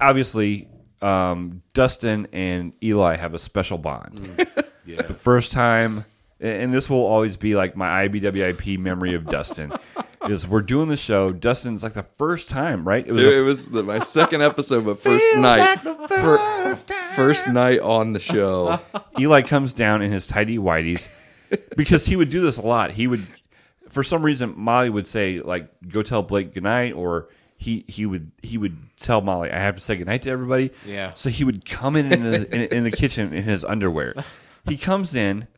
Speaker 2: obviously um, Dustin and Eli have a special bond. The first time, and this will always be like my IBWIP memory of Dustin. is we're doing the show. Dustin's like the first time, right? It
Speaker 3: Dude, It was, the, my second episode, but first
Speaker 2: Feels
Speaker 3: night.
Speaker 2: like
Speaker 3: Fir- first night on the show.
Speaker 2: Eli comes down in his tidy whities because he would do this a lot. He would, for some reason, Molly would say like, "Go tell Blake goodnight," or he he would he would tell Molly, "I have to say goodnight to everybody."
Speaker 5: Yeah.
Speaker 2: So he would come in in, his, in, in the kitchen in his underwear. He comes in,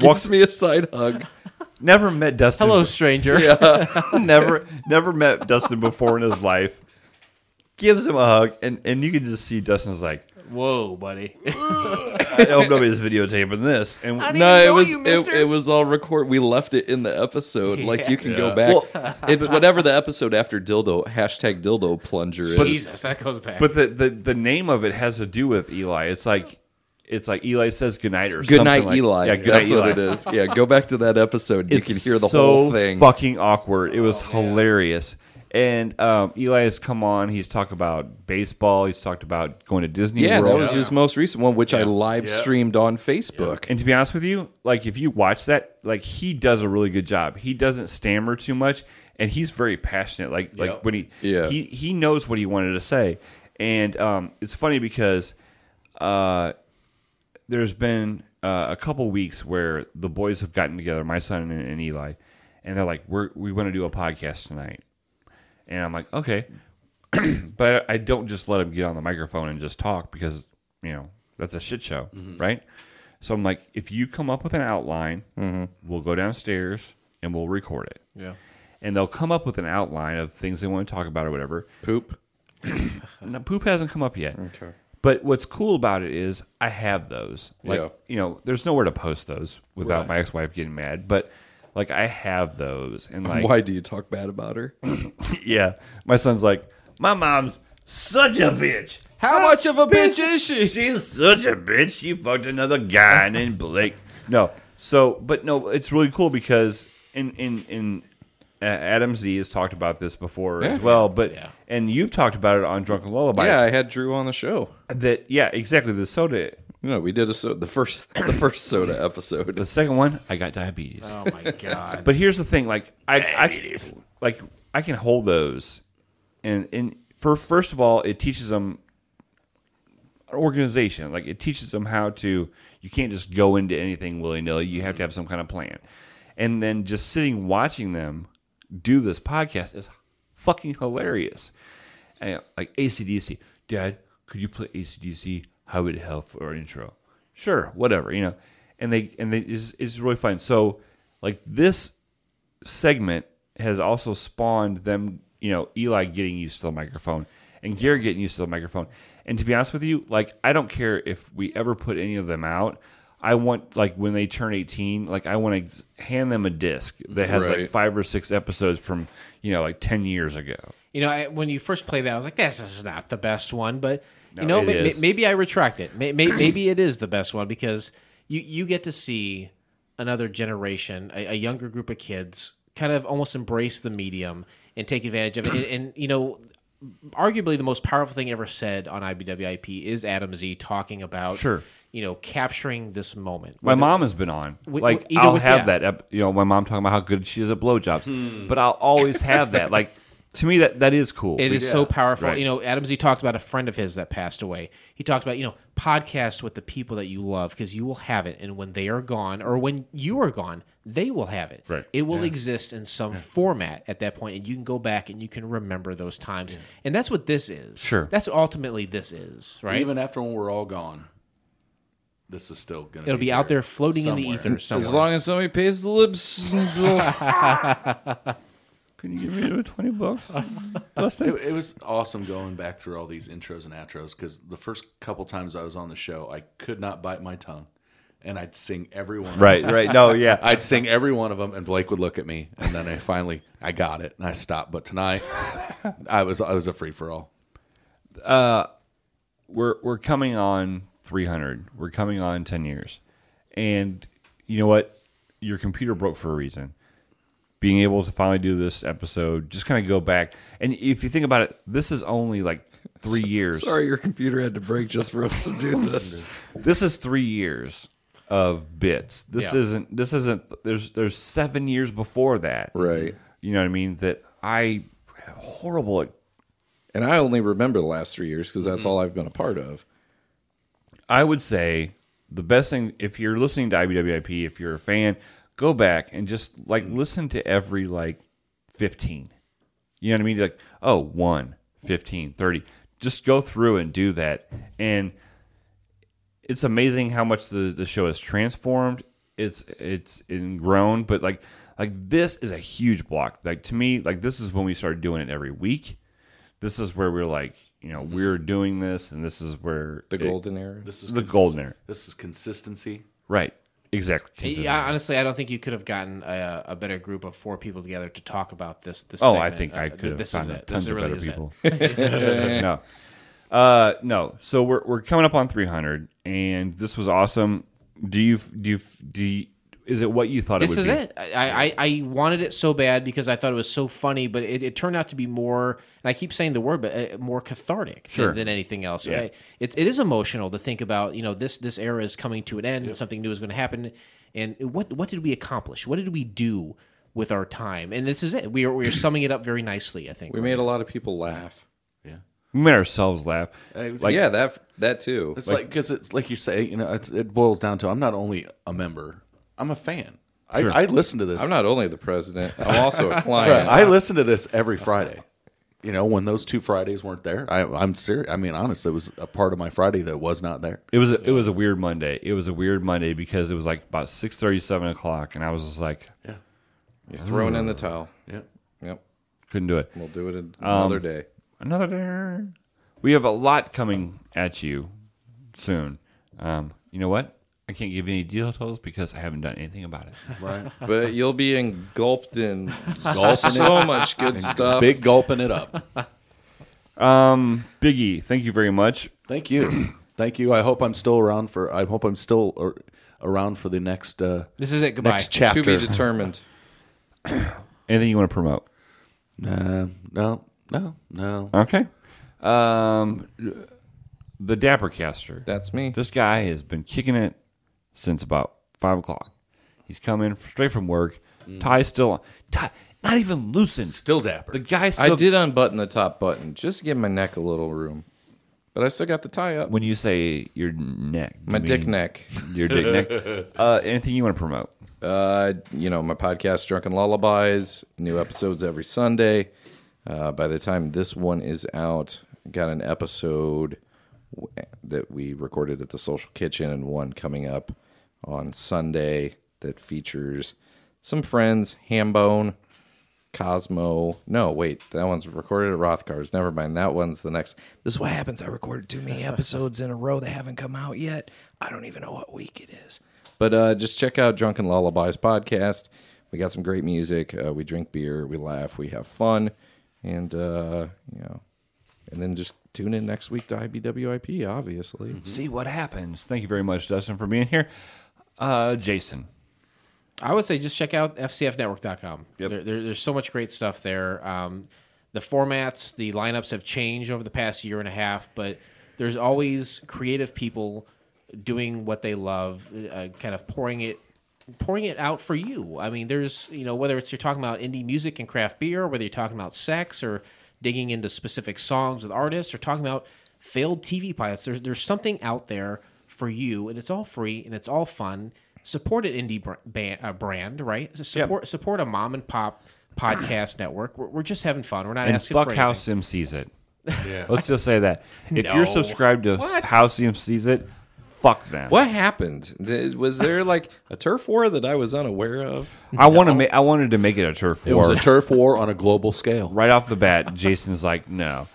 Speaker 2: walks
Speaker 3: me a side hug.
Speaker 2: Never met Dustin.
Speaker 5: Hello, stranger.
Speaker 2: Yeah. never never met Dustin before in his life. Gives him a hug, and and you can just see Dustin's like.
Speaker 5: Whoa, buddy.
Speaker 2: I hope nobody's videotaping this. And
Speaker 3: no, it was it, it was all record. We left it in the episode. Like you can go
Speaker 2: Yeah.
Speaker 3: back.
Speaker 2: Well,
Speaker 3: it's
Speaker 2: but-
Speaker 3: whatever the episode after dildo hashtag dildo plunger is.
Speaker 5: Jesus, that goes back.
Speaker 2: But the, the the name of it has to do with Eli. It's like it's like Eli says goodnight or
Speaker 3: Good
Speaker 2: something
Speaker 3: night,
Speaker 2: like-
Speaker 3: Eli.
Speaker 2: Yeah, good
Speaker 3: That's
Speaker 2: night,
Speaker 3: what
Speaker 2: Eli.
Speaker 3: it is. Yeah, go back to that episode.
Speaker 2: It's
Speaker 3: you can hear the
Speaker 2: so
Speaker 3: whole thing.
Speaker 2: fucking awkward. It was hilarious. And um, Eli has come on. He's talked about baseball. He's talked about going to Disney
Speaker 3: yeah,
Speaker 2: World.
Speaker 3: that was his most recent one, which I live streamed on Facebook.
Speaker 2: And to be honest with you, like if you watch that, like he does a really good job. He doesn't stammer too much, and he's very passionate. Like like when he
Speaker 3: Yeah.
Speaker 2: he he knows what he wanted to say, and um, it's funny because uh, there's been uh, a couple weeks where the boys have gotten together, my son and, and Eli, and they're like, "We're we want to do a podcast tonight," and I'm like, "Okay." but I don't just let him get on the microphone and just talk because you know that's a shit show, right? So I'm like, if you come up with an outline, we'll go downstairs and we'll record it.
Speaker 5: Yeah.
Speaker 2: and they'll come up with an outline of things they want to talk about or whatever.
Speaker 4: Poop.
Speaker 2: no, poop hasn't come up yet. Okay. But what's cool about it is I have those. Like,
Speaker 4: Yeah.
Speaker 2: you know, there's nowhere to post those without
Speaker 3: Right.
Speaker 2: my ex-wife getting mad, but like I have those and like
Speaker 3: Why do you talk bad about her?
Speaker 2: yeah. My son's like, my mom's such a bitch.
Speaker 3: How much of a bitch is she?
Speaker 2: She's such a bitch. She fucked another guy named Blake. No. So, but no, it's really cool because in in in uh, Adam Z has talked about this before as
Speaker 3: Yeah.
Speaker 2: well, but and you've talked about it on Drunken Lullabies.
Speaker 3: Yeah, I had Drew on the show.
Speaker 2: That yeah, exactly the soda.
Speaker 3: No, we did a so the first the first soda episode. The
Speaker 2: second one, I got diabetes.
Speaker 5: Oh my god.
Speaker 2: But here's the thing, like I, I like I can hold those, and and for first of all, it teaches them organization. Like it teaches them how to. You can't just go into anything willy nilly. You have to have some kind of plan. And then just sitting watching them do this podcast is fucking hilarious. And, like ACDC, Dad, could you play ACDC? How would it help for our intro? Sure, whatever you know. And they and they it's, it's really fun. So like this segment has also spawned them, you know, Eli getting used to the microphone and Gary getting used to the microphone. And to be honest with you, like I don't care if we ever put any of them out. I want like when they turn 18, like I want to hand them a disc that has
Speaker 3: Right.
Speaker 2: like five or six episodes from, you know, like 10 years ago.
Speaker 5: You know, I, when you first played that, I was like, "This is not the best one," but you
Speaker 2: No,
Speaker 5: know,
Speaker 2: it
Speaker 5: ma- ma-
Speaker 2: is.
Speaker 5: maybe I retract it. May- may- maybe it is the best one because you you get to see another generation, a, a younger group of kids, kind of almost embrace the medium and take advantage of it. And, and you know, arguably the most powerful thing ever said on IBWIP is Adam Z talking about
Speaker 2: Sure.
Speaker 5: you know, capturing this moment.
Speaker 2: My
Speaker 5: Whether-
Speaker 2: mom has been on.
Speaker 5: Wi-
Speaker 2: like
Speaker 5: wi- either
Speaker 2: I'll
Speaker 5: with-
Speaker 2: have
Speaker 5: yeah.
Speaker 2: that. ep- You know, my mom talking about how good she is at blowjobs, but I'll always have that. Like to me, that that is cool.
Speaker 5: Hmm. It is so powerful.
Speaker 2: Right.
Speaker 5: You know, Adams, he talked about a friend of his that passed away. He talked about, you know, podcasts with the people that you love because you will have it. And when they are gone or when you are gone, they will have it.
Speaker 2: Right.
Speaker 5: It will exist in some format at that point, and you can go back and you can remember those times. And that's what this is.
Speaker 2: Sure.
Speaker 5: That's ultimately this is, right?
Speaker 4: Even after when we're all gone, this is still gonna.
Speaker 5: It'll be, out there floating in the ether somewhere.
Speaker 3: As long as somebody pays the lips.
Speaker 2: Can you give me another twenty bucks?
Speaker 4: It, it was awesome going back through all these intros and outros because the first couple times I was on the show, I could not bite my tongue, and I'd sing every one. of
Speaker 2: Right,
Speaker 4: them.
Speaker 2: right. No, yeah.
Speaker 4: I'd sing every one of them, and Blake would look at me, and then I finally I got it, and I stopped. But tonight, I was I was a free for all.
Speaker 2: we're we're coming on 300. We're coming on 10 years. And you know what? Your computer broke for a reason. Being able to finally do this episode, just kind of go back. And if you think about it, this is only like 3 years.
Speaker 3: Sorry, your computer had to break just for us to do this.
Speaker 2: This is 3 years of bits. This
Speaker 5: Yeah.
Speaker 2: isn't this isn't there's there's 7 years before that.
Speaker 3: Right.
Speaker 2: You know what I mean? That I horrible at
Speaker 3: And I only remember the last three years because
Speaker 4: Mm-hmm.
Speaker 3: that's all I've been a part of.
Speaker 2: I would say the best thing if you're listening to IBWIP, if you're a fan, go back and just like listen to every like 15. You know what I mean? Like, oh, 1, 15, 30. Just go through and do that. And it's amazing how much the, the show has transformed. It's it's ingrown, but like like this is a huge block. Like to me, like this is when we started doing it every week. This is where we're like, you know, we're doing this, and this is where
Speaker 3: The
Speaker 2: it-
Speaker 3: golden era.
Speaker 2: This
Speaker 4: This
Speaker 2: is
Speaker 4: is
Speaker 2: the
Speaker 4: cons-
Speaker 2: golden era.
Speaker 4: This is consistency.
Speaker 2: Right. Exactly. Consider-
Speaker 5: Yeah, honestly, I don't think you could have gotten a, a better group of four people together to talk about this. This
Speaker 2: Oh, I
Speaker 5: segment.
Speaker 2: think
Speaker 5: Uh,
Speaker 2: I
Speaker 5: th-
Speaker 2: could have
Speaker 5: this
Speaker 2: found
Speaker 5: is it. This
Speaker 2: tons
Speaker 5: is
Speaker 2: of
Speaker 5: really
Speaker 2: better
Speaker 5: is
Speaker 2: people.
Speaker 5: it.
Speaker 2: no, uh, no. So we're we're coming up on 300, and this was awesome. Do you f- do you, f- do? You, is it what you thought
Speaker 5: this
Speaker 2: it
Speaker 5: is
Speaker 2: would be?
Speaker 5: it. I, I I wanted it so bad because I thought it was so funny, but it, it turned out to be more. And I keep saying the word, but uh, more cathartic than-
Speaker 2: Sure.
Speaker 5: than, anything else.
Speaker 2: Yeah.
Speaker 5: I- it, it is emotional to think about. You know, this this era is coming to an end, and something new is going to happen. And what what did we accomplish? What did we do with our time? And this is it. We are we are summing it up very nicely. I think
Speaker 3: We made a lot of people laugh.
Speaker 2: We made ourselves laugh.
Speaker 5: Uh,
Speaker 3: Like, yeah, that that too.
Speaker 4: It's like because it's like you say, you know, it's, it boils down to I'm not only a member, I'm a fan.
Speaker 3: Sure.
Speaker 4: I, I listen to this.
Speaker 3: I'm not only the president, I'm also a client.
Speaker 4: Right. I
Speaker 5: Uh,
Speaker 4: listen to this every Friday. You know, when those two Fridays weren't there, I, I'm serious. I mean, honestly, it was a part of my Friday that was not there.
Speaker 2: It was a, it was a weird Monday. It was a weird Monday because it was like about 6:30, 7 o'clock, and I was just like,
Speaker 3: You're throwing in the towel.
Speaker 4: Yeah. Um,
Speaker 3: Yep.
Speaker 2: couldn't do it.
Speaker 3: We'll do it an- another day.
Speaker 2: Another day. We have a lot coming at you soon. Um, you know what? I can't give you any details because I haven't done anything about it.
Speaker 4: Right.
Speaker 3: But you'll be engulfed in so much good
Speaker 5: Uh,
Speaker 3: stuff.
Speaker 4: Big gulping it up.
Speaker 2: Um, Biggie, thank you very much.
Speaker 4: Thank you. Thank you. I hope I'm still around for. I hope I'm still ar- around for the next. Uh,
Speaker 5: This is it. Goodbye.
Speaker 4: next chapter.
Speaker 3: to be determined.
Speaker 2: Anything you want to promote?
Speaker 4: Nah, no, no, no.
Speaker 2: Okay. Um, the Dapper Caster.
Speaker 3: That's me.
Speaker 2: This guy has been kicking it since about five o'clock. He's come in straight from work. Tie's still on. Tie, not even loosened.
Speaker 4: Still dapper.
Speaker 2: The guy
Speaker 3: I
Speaker 2: Mm. still.
Speaker 3: did unbutton the top button just to give my neck a little room, but I still got the tie up.
Speaker 2: When you say your neck, you
Speaker 3: My dick
Speaker 2: mean
Speaker 3: neck.
Speaker 2: Your dick neck. Uh, anything you want to promote?
Speaker 3: Uh, you know, my podcast, Drunken Lullabies, new episodes every Sunday. Uh, by the time this one is out, got an episode w- that we recorded at the Social Kitchen and one coming up on Sunday that features some friends, Hambone, Cosmo. No, wait, that one's recorded at Rothgar's. Never mind. That one's the next. This is what happens. I recorded too many episodes in a row that haven't come out yet. I don't even know what week it is. But uh, just check out Drunken Lullabies podcast. We got some great music. Uh, we drink beer. We laugh. We have fun. And, uh, you know, and then just tune in next week to IBWIP, obviously.
Speaker 2: See what happens. Thank you very much, Dustin, for being here. Uh, Jason.
Speaker 5: I would say just check out fcfnetwork.com. There, there, there's so much great stuff there. Um, the formats, the lineups have changed over the past year and a half, but there's always creative people doing what they love, uh, kind of pouring it pouring it out for you. I mean, there's, you know, whether it's you're talking about indie music and craft beer, whether you're talking about sex or digging into specific songs with artists or talking about failed TV pilots, there's, there's something out there for you and it's all free and it's all fun. Support an indie br- ba- uh, brand, right? So Support, support a mom and pop podcast network. We're, we're just having fun. We're not
Speaker 2: and
Speaker 5: asking
Speaker 2: fuck
Speaker 5: for
Speaker 2: how
Speaker 5: anything.
Speaker 2: Sim sees it. Let's just say that if you're subscribed to how Sim sees it, fuck them.
Speaker 3: What happened? Did- Was there like a turf war that I was unaware of?
Speaker 2: I want to make. I wanted to make it a turf
Speaker 4: It
Speaker 2: war
Speaker 4: was a turf war on a global scale.
Speaker 2: right off the bat. Jason's like, no.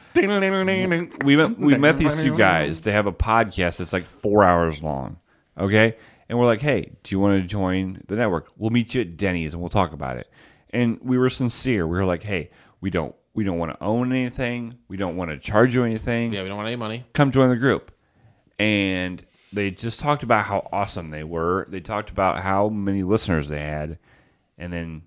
Speaker 2: We met. We met these two guys. They have a podcast that's like four hours long. Okay, and we're like, hey, do you want to join the network? We'll meet you at Denny's and we'll talk about it. And we were sincere. We were like, hey, we don't. We don't want to own anything. We don't want to charge you anything.
Speaker 5: Yeah, we don't want any money.
Speaker 2: come join the group. And they just talked about how awesome they were. They talked about how many listeners they had, and then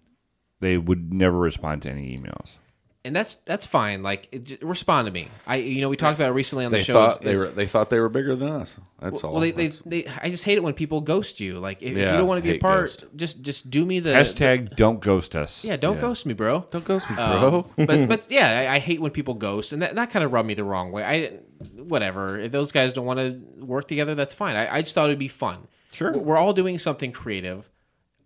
Speaker 2: they would never respond to any emails.
Speaker 5: and that's that's fine. Like, it, j- respond to me. I you know we talked about it recently on
Speaker 4: They
Speaker 5: the show.
Speaker 4: thought
Speaker 5: is-
Speaker 4: they
Speaker 5: is-
Speaker 4: were they thought they were bigger than us. That's all.
Speaker 5: well, they, they, they, I just hate it when people ghost you. Like, if, if
Speaker 4: Yeah,
Speaker 5: you don't want to be a
Speaker 4: hate
Speaker 5: part,
Speaker 4: ghost.
Speaker 5: just just do me the
Speaker 2: Hashtag don't ghost us.
Speaker 5: Yeah, don't ghost me, bro.
Speaker 4: Don't ghost me,
Speaker 5: Um,
Speaker 4: bro.
Speaker 5: but but yeah, I, I hate when people ghost, and that, that kind of rubbed me the wrong way. I didn't- whatever. If those guys don't want to work together, that's fine. I, I just thought it'd be fun. Sure, we're all doing something creative.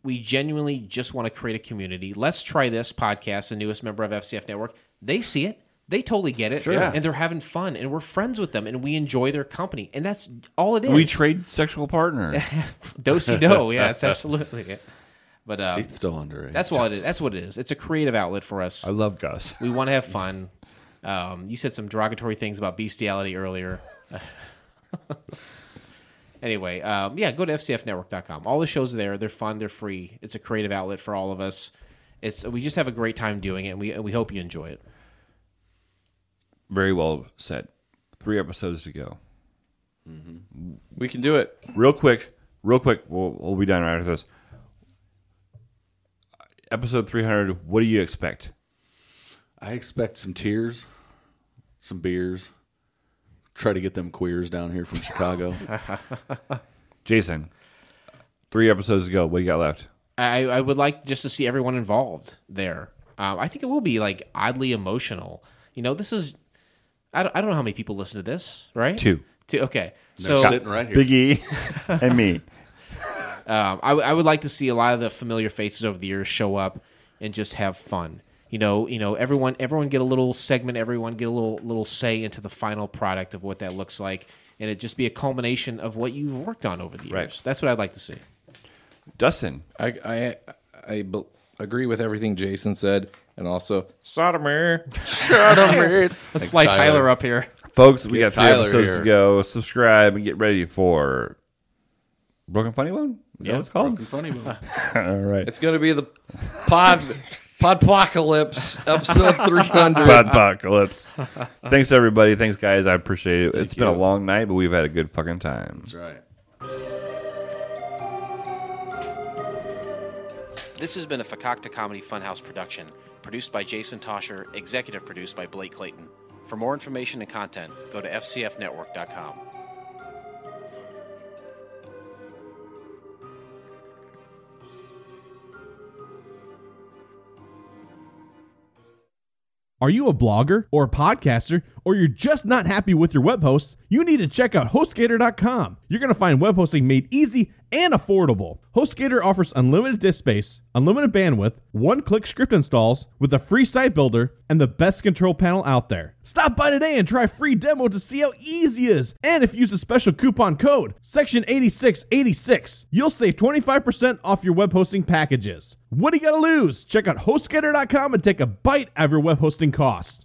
Speaker 5: We genuinely just want to create a community. Let's try this podcast. The newest member of FCF Network, they see it. They totally get it,
Speaker 4: Sure. Yeah.
Speaker 5: and they're having fun, and we're friends with them, and we enjoy their company, and that's all it is.
Speaker 2: We trade sexual partners.
Speaker 5: Dosey do, yeah, that's absolutely it. But uh,
Speaker 4: She's still underage.
Speaker 5: that's what it is. That's what it is. It's a creative outlet for us.
Speaker 2: I love Gus.
Speaker 5: We want to have fun. Um, you said some derogatory things about bestiality earlier. anyway, um, yeah, go to fcfnetwork.com. All the shows are there. They're fun. They're free. It's a creative outlet for all of us. It's we just have a great time doing it. And we and we hope you enjoy it.
Speaker 2: Very well said. Three episodes to go.
Speaker 3: We can do it.
Speaker 2: Real quick, real quick. We'll, we'll be done right after this. Episode 300. What do you expect?
Speaker 4: I expect some tears, some beers. Try to get them queers down here from Chicago.
Speaker 2: Jason, three episodes to go. What do you got left?
Speaker 5: I, I would like just to see everyone involved there. Um, I think it will be like oddly emotional. You know, this is I don't, I don't know how many people listen to this, right?
Speaker 2: Two.
Speaker 5: Two. Okay. So
Speaker 4: sitting right here.
Speaker 2: Biggie and me.
Speaker 5: um, I, I would like to see a lot of the familiar faces over the years show up and just have fun. You know, you know, everyone, everyone get a little segment. Everyone get a little little say into the final product of what that looks like, and it just be a culmination of what you've worked on over the years.
Speaker 2: Right.
Speaker 5: That's what I'd like to see.
Speaker 2: Dustin.
Speaker 3: I I I bel- agree with everything Jason said, and also sodomy.
Speaker 5: Let's fly Tyler. up here.
Speaker 2: Folks, we got three
Speaker 3: Tyler
Speaker 2: episodes
Speaker 3: here.
Speaker 2: to go. Subscribe and get ready for Broken Funny Bone? Is that what it's called?
Speaker 4: Funny one.
Speaker 2: All right.
Speaker 3: It's gonna be the pod podpocalypse episode three hundred.
Speaker 2: apocalypse. Thanks everybody. Thanks guys. I appreciate it. it's been a
Speaker 4: you.
Speaker 2: long night, but we've had a good fucking time.
Speaker 4: That's right.
Speaker 5: This has been a Fakakta Comedy Funhouse production, produced by Jason Tosher, executive produced by Blake Clayton. For more information and content, go to fcfnetwork.com.
Speaker 1: Are you a blogger or a podcaster, or you're just not happy with your web hosts? You need to check out HostGator.com. You're going to find web hosting made easy and affordable. HostGator offers unlimited disk space, unlimited bandwidth, one click script installs with a free site builder, and the best control panel out there. Stop by today and try a free demo to see how easy it is. And if you use the special coupon code, section 8686, you'll save 25% off your web hosting packages. What do you got to lose? Check out HostGator.com and take a bite out of your web hosting costs.